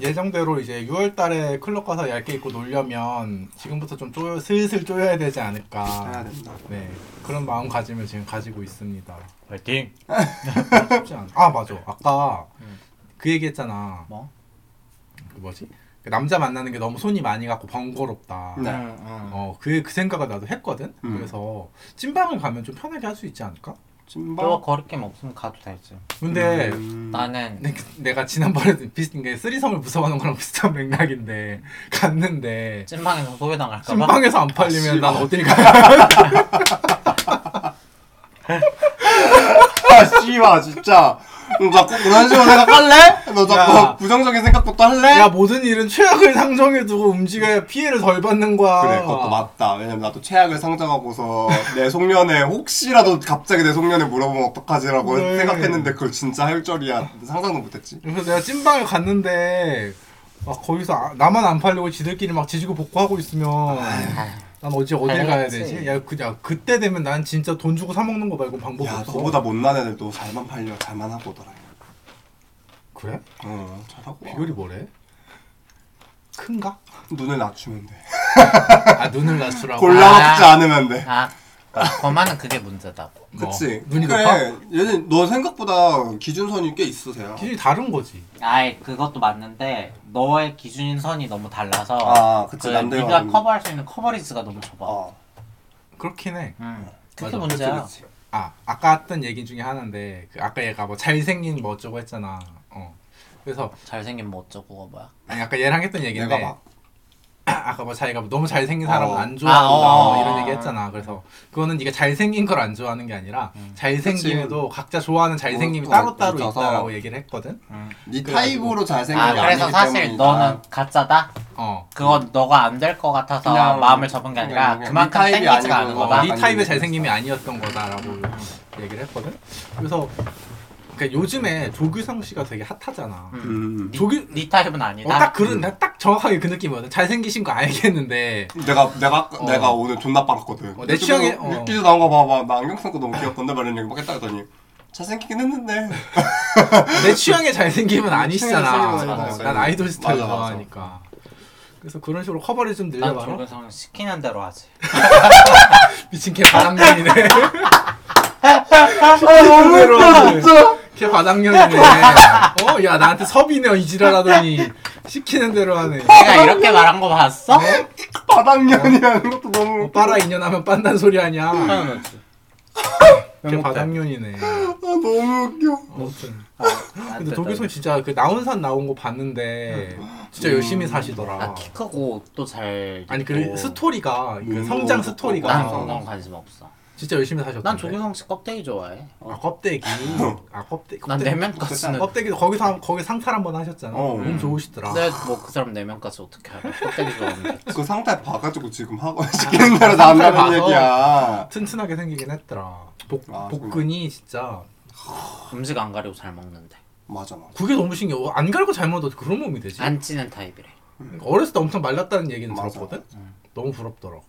S1: 예정대로 이제 6월달에 클럽 가서 얇게 입고 놀려면 지금부터 좀 쪼여, 슬슬 쪼여야 되지
S2: 해야
S1: 않을까.
S2: 된다
S1: 네 그런 마음가짐을 지금 가지고 있습니다.
S3: 화이팅
S1: 쉽지 않아. 아 맞아. 아까 그 얘기했잖아.
S3: 뭐?
S1: 그 뭐지? 그 남자 만나는 게 너무 손이 많이 가고 번거롭다.
S2: 네.
S3: 응, 응.
S1: 어, 그, 그 생각을 나도 했거든.
S2: 음.
S1: 그래서 찐방을 가면 좀 편하게 할 수 있지 않을까?
S3: 또
S2: 찐밥
S3: 거리낌 없으면 가도 되지
S1: 근데
S2: 음.
S3: 나는
S1: 내, 내가 지난번에 비슷한 게 쓰리섬을 무서워하는 거랑 비슷한 맥락인데 갔는데
S3: 찐방에서 소외당할까봐
S1: 찐방에서 안 팔리면
S2: 씨발.
S1: 난 어딜 가야
S2: 아, 씨발, 진짜. 너 자꾸 그런 식으로 생각할래? 너 자꾸
S1: 야.
S2: 부정적인 생각부터 할래?
S1: 야 모든 일은 최악을 상정해두고 움직여야 피해를 덜 받는 거야.
S2: 그래, 그것도 맞다. 왜냐면 나도 최악을 상정하고서 내 송년회, 혹시라도 갑자기 내 송년회 물어보면 어떡하지라고
S1: 네.
S2: 생각했는데 그걸 진짜 할 줄이야. 상상도 못했지.
S1: 그래서 내가 찐방을 갔는데 막 거기서 아, 나만 안 팔리고 지들끼리 막 지지고 볶고하고 있으면 난 어제 어딜 가야
S3: 당연하지.
S1: 되지? 야, 그, 야 그때 되면 난 진짜 돈 주고 사 먹는 거 말고 방법
S2: 야
S1: 뭐 없어.
S2: 너보다 못난 애들도 잘만 팔려 잘만 하고 오더라
S1: 그래?
S2: 어 잘하고 와.
S1: 비율이 뭐래? 큰가?
S2: 눈을 낮추면 돼
S1: 아 눈을 낮추라고.
S2: 골라 먹지 않으면 돼
S3: 아, 거만은 그게 문제다.
S1: 뭐,
S2: 그치
S1: 눈이
S2: 그래
S1: 높아?
S2: 얘는 너 생각보다 기준선이 꽤 있으세요
S1: 길이 다른 거지.
S3: 아이 그것도 맞는데 너의 기준인 선이 너무 달라서
S2: 아, 그치,
S3: 그
S2: 남들과
S3: 네가
S2: 다른-
S3: 커버할 수 있는 커버리지가 너무 좁아.
S2: 어
S1: 그렇긴 해.
S3: 음, 그게
S1: 맞아,
S3: 문제야.
S2: 그치, 그치.
S1: 아 아까 했던 얘기 중에 하나인데 그 아까 얘가 뭐 잘생긴 뭐 어쩌고 했잖아. 어. 그래서
S3: 잘생긴 뭐 어쩌고 뭐야.
S1: 아니 아까 얘랑 했던 얘기인데
S2: 내가 막
S1: 아까 뭐 자기가 너무 잘생긴 사람
S2: 어.
S1: 안 좋아한다
S3: 아, 어.
S1: 뭐 이런 얘기 했잖아. 그래서 그거는 네가 잘생긴 걸 안 좋아하는 게 아니라
S2: 음.
S1: 잘생김에도 각자 좋아하는 잘생김이
S2: 또
S1: 따로따로
S2: 있어서.
S1: 있다라고 얘기를 했거든.
S2: 네
S1: 그래가지고.
S2: 타입으로 잘생긴
S3: 아
S2: 게
S3: 그래서
S2: 아니기
S3: 사실
S2: 때문이다.
S3: 너는 가짜다.
S1: 어.
S3: 그건 너가 안 될 것 같아서
S2: 그냥-
S3: 마음을 접은 게 아니라
S2: 그냥- 그냥
S3: 그만큼
S2: 네 타입이
S3: 땡기지가 않은
S2: 아니고
S3: 거다.
S2: 네
S1: 어, 이
S2: 아니면
S1: 타입의 잘생김이 아니었던 거다라고 얘기를 했거든. 그래서 그러니까 요즘에 조규성 씨가 되게 핫하잖아.
S3: 음.
S2: 음.
S3: 네,
S1: 조기-
S3: 네 타입은 아니다.
S1: 어, 딱 그런 내가 딱 정확하게 그 느낌이거든. 잘생기신 거 알겠는데
S2: 내가 내가
S1: 어.
S2: 내가 오늘 존나 빨았거든.
S1: 어, 내 취향에- 어.
S2: 육기즈 나온 거 봐봐. 나 안경 쓴 거 너무 귀엽던데 말이는 얘기 막 했다 했더니 잘생기긴 했는데.
S1: 내 취향에 잘생김은 아니시잖아.
S2: 잘생김은 아니다.
S1: 어, 난 아이돌 스타일
S2: 맞아, 맞아.
S1: 좋아하니까. 그래서 그런 식으로 커버를 좀
S3: 난
S1: 늘려봐라.
S3: 조교성 시키는 대로 하지.
S1: 미친 개 바닥년이네. 너무 걔 바닥년이네. 어, 야 나한테 섭이네 이지랄하더니 시키는 대로 하네.
S3: 내가 이렇게 말한 거 봤어?
S2: 네? 바닥년이라는 것도 너무.
S1: 어, 빨아 인연하면 빤단 소리 하냐. 걔
S3: 못해.
S1: 바닥년이네.
S2: 아 너무 웃겨.
S1: 아무튼.
S3: 안
S1: 근데
S3: 됐다,
S1: 독일소
S3: 이거.
S1: 진짜 그 나온산 나온 거 봤는데 진짜 열심히
S3: 아,
S1: 사시더라.
S3: 키 크고 옷도잘
S1: 아니 그 스토리가 그
S2: 음,
S1: 성장
S2: 음,
S3: 어. 난
S2: 음.
S1: 스토리가
S3: 성공 관심 없어.
S1: 진짜 열심히 사셨던데.
S3: 난 조규성 씨 껍데기 좋아해.
S1: 아 껍데기. 아 껍데기.
S3: 난 내면까지. 는
S1: 껍데기도 거기서 한- 거기 상탈 한번 하셨잖아.
S2: 어.
S1: 몸 좋으시더라.
S3: 내뭐그 사람 내면까지 어떻게 알아? 껍데기 좋아하는데.
S2: 그 상태 봐가지고 지금 하고 시키는 대로 나온다는
S1: 아. 상태 봐서.
S2: 얘기야.
S1: 튼튼하게 생기긴 했더라. 복
S2: 아,
S1: 복근이 진짜
S3: 음식 안 가리고 잘 먹는데.
S2: 맞아 맞아.
S1: 그게 너무 신기해. 안 갈고 잘 먹어도 그런 몸이 되지.
S3: 안 찌는 타입이래.
S1: 그러니까 어렸을 때 엄청 말랐다는 얘기는
S2: 맞아.
S1: 들었거든. 너무 부럽더라고.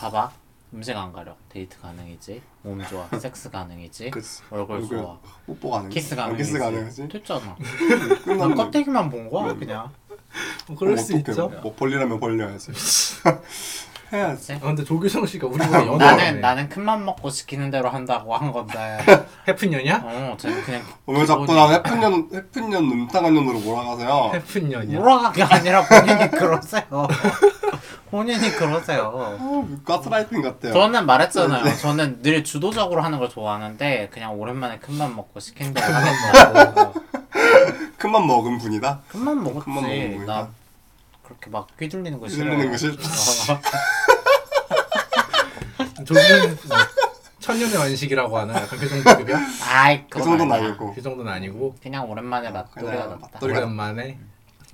S3: 봐봐. 음식 안 가려. 데이트 가능이지. 몸 좋아. 섹스
S1: 예?
S3: 가능이지.
S2: 그치.
S3: 얼굴
S2: 얼굴
S3: 좋아.
S2: 뽀뽀 가능.
S3: 키스
S2: 아,
S3: 가능이지.
S2: 키스 가능하지. 음.
S3: 됐잖아. 난
S2: 끝났네.
S3: 껍데기만 본 거야 그냥.
S1: 어, 그럴
S2: 어,
S1: 수
S2: 어떡해.
S1: 있죠.
S2: 뭐 벌리라면 벌려야지. 해야지.
S1: 아, 근데 조규성 씨가 우리보다
S2: 어.
S1: 연하.
S3: 나는 나는 큰맘 먹고 시키는 대로 한다고 한 건데.
S2: 네.
S1: 해픈년이야?
S3: 어, 쟤는 그냥
S2: 왜 자꾸 나 해픈년 해픈년 음탕한 년으로 몰아가세요?
S1: 해픈년이야.
S2: 뭐?
S3: 몰아간 게 아니라 본인이 그러세요. 본인이 그러세요.
S2: 아, 가스라이팅 같아요.
S3: 저는
S2: 네.
S3: 말했잖아요. 저는 늘 주도적으로 하는 걸 좋아하는데 그냥 오랜만에 큰맘 먹고 시킨 대로 하겠다고.
S2: 큰맘 먹은 분이다.
S3: 큰맘 먹었지.
S2: 큰맘 먹은
S3: 나
S2: 분이다.
S3: 그렇게 막 휘둘리는 거 싫어.
S2: 휘둘리는 거 싫다.
S1: 조규성 씨. 천년의 완식이라고 하나 약간 그 정도급이야?
S3: 아이
S2: 그
S3: 그건
S2: 정도는
S3: 아니야.
S2: 아니고. 어,
S1: 그 정도는 아니고
S3: 그냥 오랜만에 맛돌이가
S2: 그냥
S3: 났다.
S2: 맞돌이.
S1: 오랜만에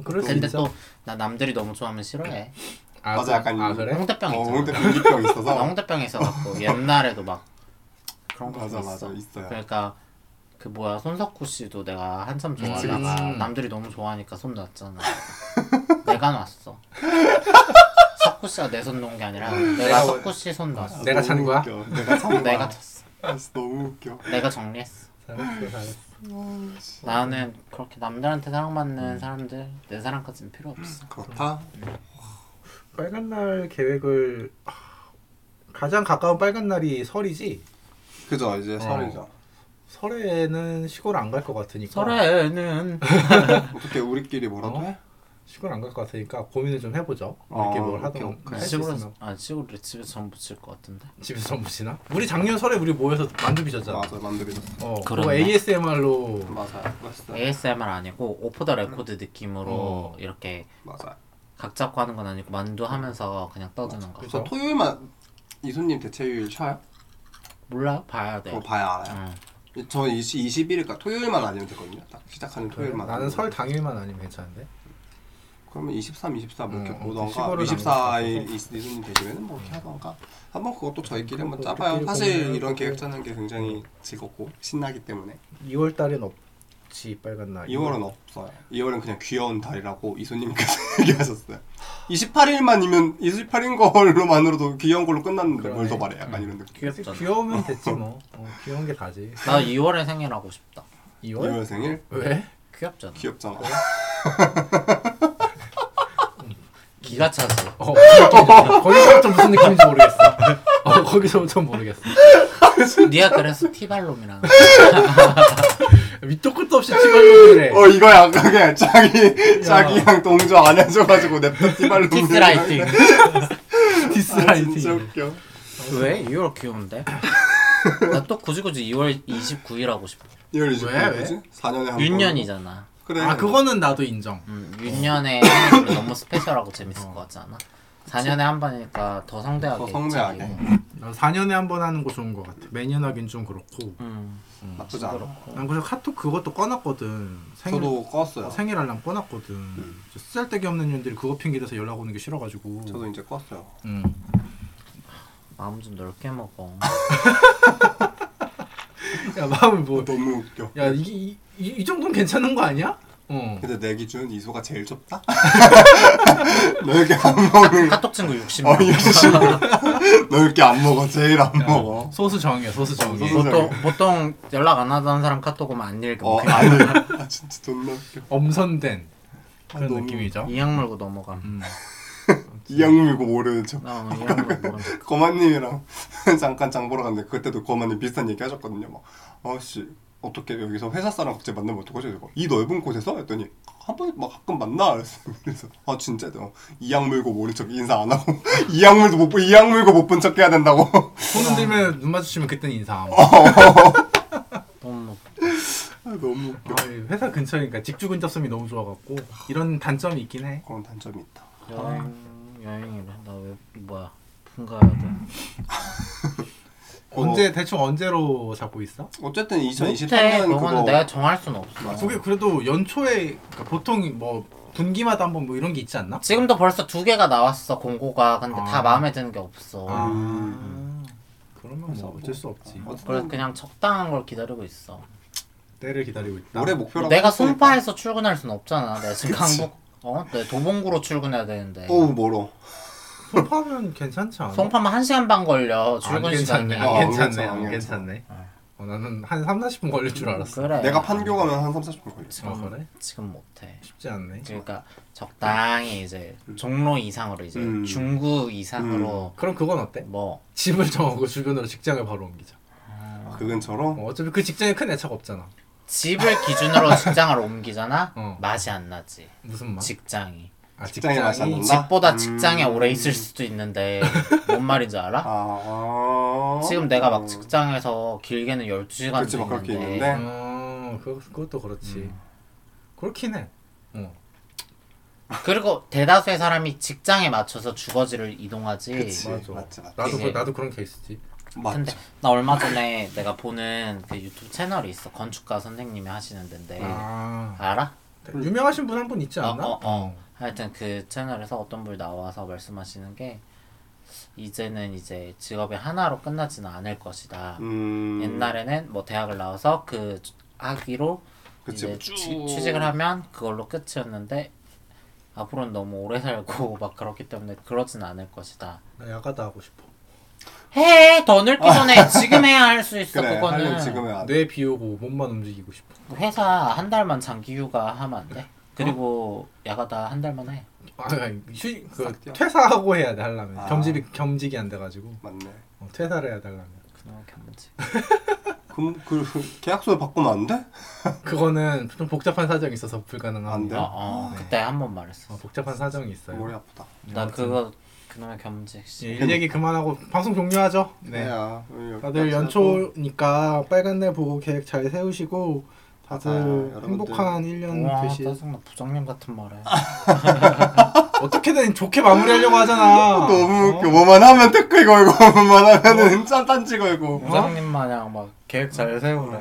S1: 그럴 수
S3: 근데
S1: 있죠.
S3: 또 나 남들이 너무 좋아하면 싫어해.
S1: 아,
S2: 맞아,
S1: 그-
S2: 약간
S1: 아
S2: 이-
S1: 그래?
S3: 홍대병
S2: 어,
S3: 있잖아.
S2: 홍대 분기병
S3: 나
S2: 있어서.
S3: 홍대병 있어갖고 옛날에도 막 그런 거
S2: 맞아,
S3: 좀
S2: 맞아, 있어요.
S3: 그러니까 그 뭐야 손석구 씨도 내가 한참 좋아하다가
S2: 음.
S1: 그치.
S3: 남들이 너무 좋아하니까 손 놨잖아. 내가 놨어. 석구 씨가 내 손 놓은 게 아니라 내가
S1: 내가
S3: 석구 씨 손 놨어.
S1: 아, 내가 찬 거야?
S2: 웃겨. 내가 찬
S3: 내가
S2: 거야.
S3: 쳤어.
S2: 아, 진짜 너무 웃겨.
S3: 내가 정리했어.
S1: 잘했어, 잘했어.
S3: 나는 그렇게 남들한테
S2: 음.
S3: 사랑받는 사람들 내 사랑까지는 필요 없어.
S2: 그렇다.
S1: 빨간 날 계획을 가장 가까운 빨간 날이 설이지
S2: 그죠,
S1: 어.
S2: 이제 설이죠.
S1: 설에는 시골 안 갈 것 같으니까
S3: 어. 설에는
S2: 어떻게 우리끼리 뭐라도
S1: 어?
S2: 해?
S1: 시골 안 갈 것 같으니까 고민을 좀 해보죠
S2: 어,
S1: 이렇게 뭘
S2: 오케이,
S1: 하든
S2: 오케이.
S1: 할수
S3: 시골에
S1: 있으면.
S3: 아 시골에 집에 전 붙일 것 같은데.
S1: 집에서 무시나? 우리 작년 설에 우리 모여서 만두 빚었잖아
S2: 맞아, 만들이.
S1: 어, 그거
S3: 그랬나?
S1: ASMR로
S2: 맞아요. 맛있어요.
S1: 네.
S3: ASMR 아니고 오프 더 레코드 느낌으로
S1: 어.
S3: 이렇게
S2: 맞아요.
S3: 각 잡고 하는 건 아니고 만두 하면서 그냥 떠드는 거.
S2: 저 토요일만 이수님 대체휴일 쉬어요?
S3: 몰라
S1: 네.
S3: 어, 봐야 돼.
S2: 그거 봐야 알아요.
S3: 응.
S2: 저 20, 21일까 토요일만 아니면 되거든요. 딱 시작하는 토요일만.
S1: 나는 설 당일만 아니면 괜찮은데
S2: 그러면 23, 24 뭐 이렇게
S1: 음,
S2: 보던가
S1: 시골을
S2: 24일 이수님 되시면은 뭐 이렇게 하던가 한번 네, 그것도 저희끼리 한번 짜봐요.
S1: 우리끼리
S2: 사실
S1: 고민을
S2: 이런
S1: 해보고.
S2: 네. 계획 짜는 게 굉장히 즐겁고 신나기 때문에
S1: 2월 달엔 없 그치 빨간 날
S2: 2월은 없어요. 2월은 그냥 귀여운 달이라고 이소님께서 얘기하셨어요. 28일만이면 28인 걸로만으로도 귀여운 걸로 끝났는데 뭘 더 말해? 약간 이런 느낌.
S3: 귀엽잖아.
S1: 귀여우면 됐지 뭐 어, 귀여운 게 다지
S3: 나 2월에 생일하고 싶다.
S1: 2월?
S2: 2월 생일
S1: 왜?
S3: 귀엽잖아.
S2: 귀엽잖아.
S3: 기가 차지.
S1: 어, 거기서부터, 거기서부터 무슨 느낌인지 모르겠어 어, 거기서부터 모르겠어
S3: 네가 그래서 티발롬이랑.
S1: 밑도 끝도 없이 치발로그래
S2: 어 이거 약간 그냥 자기 자기랑 동조 안 해줘가지고 냅다 티발로
S3: 디스라이팅.
S2: 디스라이팅. 어, 진짜
S1: 디스라이팅
S2: 웃겨.
S3: 왜? 2월 귀여운데? 나 또 굳이 굳이 2월 29일 하고 싶어.
S2: 2월
S1: 왜,
S2: 29일이지? 4년에 한 번.
S3: 윤년이잖아. 뭐.
S2: 그래.
S1: 아 그거는 나도 인정
S3: 음, 윤년에 생일이 너무 스페셜하고 재밌을 것 같지 않아? 4년에 한 번이니까 더 성대하게.
S2: 더 성대하게.
S3: 있지, 이거.
S1: 나 4년에 한 번 하는 거 좋은 거 같아 매년 하긴 좀 그렇고
S3: 음.
S2: 나쁘지 않아.
S1: 난 그래서 카톡 그것도 꺼놨거든 생일,
S2: 저도 껐어요.
S1: 생일 알람 꺼놨거든 저 쓰잘데기 없는 년들이 그거 핑계대서 연락 오는 게 싫어가지고
S2: 저도 이제 껐어요.
S1: 음.
S3: 마음 좀 넓게 먹어.
S1: 야 마음을 뭐
S2: 너무 웃겨.
S1: 야 이게 이, 이, 이 정도는 괜찮은 거 아니야? 어.
S2: 근데 내 기준 이소가 제일 좁다. 넓게 안 먹는.
S3: 카톡 친구 60명.
S2: 어 역시. 넓게 안 먹어. 제일 안 먹어.
S1: 소수 정이야 소수 정이.
S2: 소수 정.
S3: 보통 보통 연락 안 하던 사람 카톡 오면 안 읽음.
S2: 어
S3: 그냥
S2: 아니. 아 진짜 존나 웃겨.
S1: 엄선된
S2: 아,
S1: 그런
S2: 너무-
S1: 느낌이죠.
S3: 이양 물고 넘어감.
S1: 음.
S2: 이양물고 모르는 척.
S3: 나 오늘 이양 물고 넘어감.
S2: 거만님이랑 잠깐 장 보러 갔는데 그때도 거만님 비슷한 얘기 하셨거든요. 막 아씨 어떻게 여기서 회사 사람 갑자기 만나면 어떡하지? 이거. 이 넓은 곳에서 했더니 한 번에 막 가끔 만나 그랬어요. 그래서 아 진짜 너 이양 물고 모른 척 인사 안 하고 이양 물도 못 보- 이양 물고 못 본 척 해야 된다고.
S1: 손 흔들면 눈 마주치면 그땐 인사.
S2: 어.
S3: 너무
S2: 아, 너무 웃겨.
S1: 아, 이 회사 근처니까 직주 근접성이 너무 좋아갖고 이런 단점이 있긴 해.
S2: 그런 단점이 있다.
S3: 여행 여행이래. 나 왜 뭐야 분가야 돼.
S1: 언제 대충 언제로 잡고 있어?
S2: 어쨌든
S3: 못해.
S2: 2023년
S3: 네, 그거는
S2: 그거
S3: 내가 정할 순 없어.
S1: 아, 그게 그래도 연초에 그러니까 보통 뭐 분기마다 한번 뭐 이런 게 있지 않나?
S3: 지금도 벌써 두 개가 나왔어 공고가. 근데
S1: 아.
S3: 다 마음에 드는 게 없어.
S1: 아 그러면
S2: 그래서
S1: 뭐 어쩔 수 없지.
S2: 음.
S3: 그래서
S2: 어쨌든
S3: 그냥 적당한 걸 기다리고 있어.
S1: 때를 기다리고 있다.
S2: 올해 목표라고.
S3: 내가
S2: 했으니까.
S3: 송파에서 출근할 순 없잖아. 내가 지금
S2: 그치.
S3: 강북 어? 내 도봉구로 출근해야 되는데.
S2: 어우 멀어.
S1: 소파면 괜찮지 않아?
S3: 송파만 한 시간 반 걸려
S1: 안
S3: 출근 시간이.
S1: 괜찮네.
S2: 어,
S1: 안 괜찮네.
S2: 괜찮아,
S1: 안 괜찮네. 어, 나는 한 3, 40분 걸릴 줄 알았어.
S3: 그래.
S2: 내가 판교 가면 한 3, 40분 걸려.
S3: 지금
S1: 아 그래?
S3: 지금 못해.
S1: 쉽지 않네.
S3: 그러니까 적당히 이제 종로 이상으로 이제
S2: 음.
S3: 중구 이상으로
S1: 그럼 그건 어때?
S3: 뭐
S1: 집을 정하고 주변으로 직장을 바로 옮기자.
S2: 그 근처로.
S3: 뭐.
S1: 어, 어차피 그 직장에 큰 애착 없잖아.
S3: 집을 기준으로 직장을 옮기잖아.
S1: 어. 뭐?
S3: 맛이 안 나지.
S1: 무슨 맛?
S3: 직장이
S1: 아,
S2: 직장에 맛이 안 난다?
S3: 집보다
S2: 음.
S3: 직장에 오래 있을 수도 있는데 뭔 말인지 알아?
S2: 아.
S3: 지금 내가
S2: 어.
S3: 막 직장에서 길게는 12시간
S2: 그치, 막 그렇게
S3: 네.
S2: 있는데.
S1: 어, 그 그것도 그렇지. 그렇긴 해. 어.
S3: 그리고 대다수의 사람이 직장에 맞춰서 주거지를 이동하지
S2: 그치.
S1: 맞아.
S2: 맞지, 예, 맞지.
S1: 나도 그,
S3: 이게-
S1: 나도 그런 케이스지.
S2: 맞죠.
S3: 근데 나 얼마 전에 내가 보는 그 유튜브 채널이 있어 건축가 선생님이 하시는 데인데
S1: 아.
S3: 알아?
S2: 네.
S1: 유명하신 분 한 분 있지
S3: 어,
S2: 아,
S1: 않나?
S3: 어, 어. 하여튼 그 채널에서 어떤 분이 나와서 말씀하시는 게 이제는 이제 직업이 하나로 끝나지는 않을 것이다.
S2: 음.
S3: 옛날에는 뭐 대학을 나와서 그 학위로
S2: 그치,
S3: 이제
S2: 뭐 쭉.
S3: 취, 취직을 하면 그걸로 끝이었는데 앞으로는 너무 오래 살고 막 그렇기 때문에 그러진 않을 것이다.
S1: 나 야가다 네, 하고 싶어.
S3: 해! 더 늙기 전에 지금 해야 할 수 있어
S2: 아. 그래. 네. 하려면
S3: 그거는
S2: 지금은 안 돼.
S1: 뇌 비우고 몸만 움직이고 싶어.
S3: 회사 한 달만 장기 휴가 하면 안 돼? 그리고 야가다 한 달만 해.
S1: 아, 아니, 휴, 그
S2: 싹 뛰어.
S1: 퇴사하고 해야 돼 하려면
S2: 아.
S1: 겸직이 겸직이 안 돼가지고
S2: 맞네.
S1: 어, 퇴사를 해야 돼 하려면.
S3: 그나마 견지.
S2: 그럼 그 계약서를 바꾸면 안 돼?
S1: 그거는 좀 복잡한 사정이 있어서
S2: 안 돼?
S1: 불가능합니다.
S3: 어, 어
S2: 아, 네.
S3: 그때 한 번 말했어.
S1: 어, 복잡한 사정이 있어요.
S2: 머리 아프다.
S3: 나 그거 그놈의 겸직
S1: 예,
S3: 씨.
S1: 일 얘기 그만하고 방송 종료하죠. 네.
S2: 야,
S1: 다들
S2: 네.
S1: 연초니까 빨간 날 보고 계획 잘 세우시고 다들
S2: 아, 여러분들.
S1: 행복한 1년
S3: 와
S1: 되시.
S3: 짜증나 부장님 같은 말해.
S2: 아,
S1: 어떻게든 좋게 마무리하려고 하잖아. 어?
S2: 너무 웃겨. 음, 뭐만 하면 댓글 걸고 어? 뭐만 뭐? 하면은 짠딴지 걸고.
S3: 부장님 마냥 막 계획
S2: 음,
S3: 잘 세우래.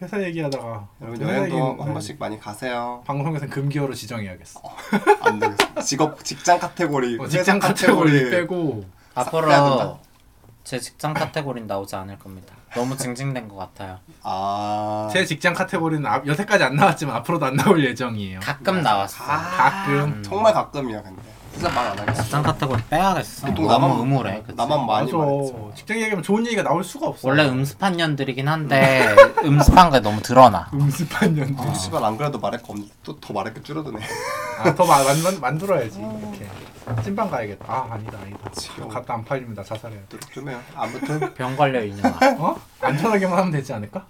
S1: 회사 얘기하다가
S2: 여러분
S1: 회사
S2: 여행도
S1: 얘기는 네.
S2: 한 번씩 많이 가세요.
S1: 방송에서는 금기어로 지정해야겠어.
S2: 안 되겠어. 직업 직장 카테고리,
S1: 어,
S2: 회사
S1: 직장 카테고리 빼고
S2: 빼야 된다.
S3: 앞으로 제 직장 카테고리는 나오지 않을 겁니다. 너무 징징된 것 같아요.
S2: 아.
S1: 제 직장 카테고리는 앞- 여태까지 안 나왔지만 앞으로도 안 나올 예정이에요.
S3: 가끔
S2: 아.
S3: 나왔어.
S1: 가끔
S2: 음. 정말 가끔이야 근데. 진짜 말 안 하겠어.
S3: 직장 카테고리 빼야겠어.
S2: 보통
S3: 너무
S2: 나만
S3: 음울해. 그치?
S2: 나만 많이
S1: 맞아.
S2: 말했어.
S1: 직장 얘기하면 좋은 얘기가 나올 수가 없어.
S3: 원래 음습한 년들이긴 한데 음습한 게 너무 드러나.
S1: 음습한 년들.
S2: 아, 씨발 안 그래도 말할 거 없는데 또 더 말할 게 줄어드네.
S1: 아, 더 마, 만, 만들어야지
S2: 음.
S1: 이렇게. 찐빵 가야겠다. 아 아니다 아니다.
S2: 지겨워.
S1: 갔다 안 팔리면 나 자살해야 돼.
S2: 좀 해요. 아무튼
S3: 병 걸려 이년아.
S1: 어? 안전하게만 하면 되지 않을까?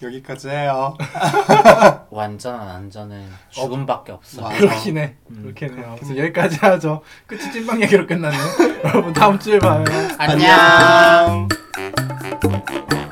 S2: 여기까지 해요.
S3: 완전한 안전은 죽음밖에 없어.
S2: 와.
S1: 그렇긴 해. 그렇긴 해요. 음, 그래서 여기까지 하죠. 끝이 찐빵 얘기로 끝났네. 여러분 다음 주에 봐요.
S3: 안녕.
S2: 안녕.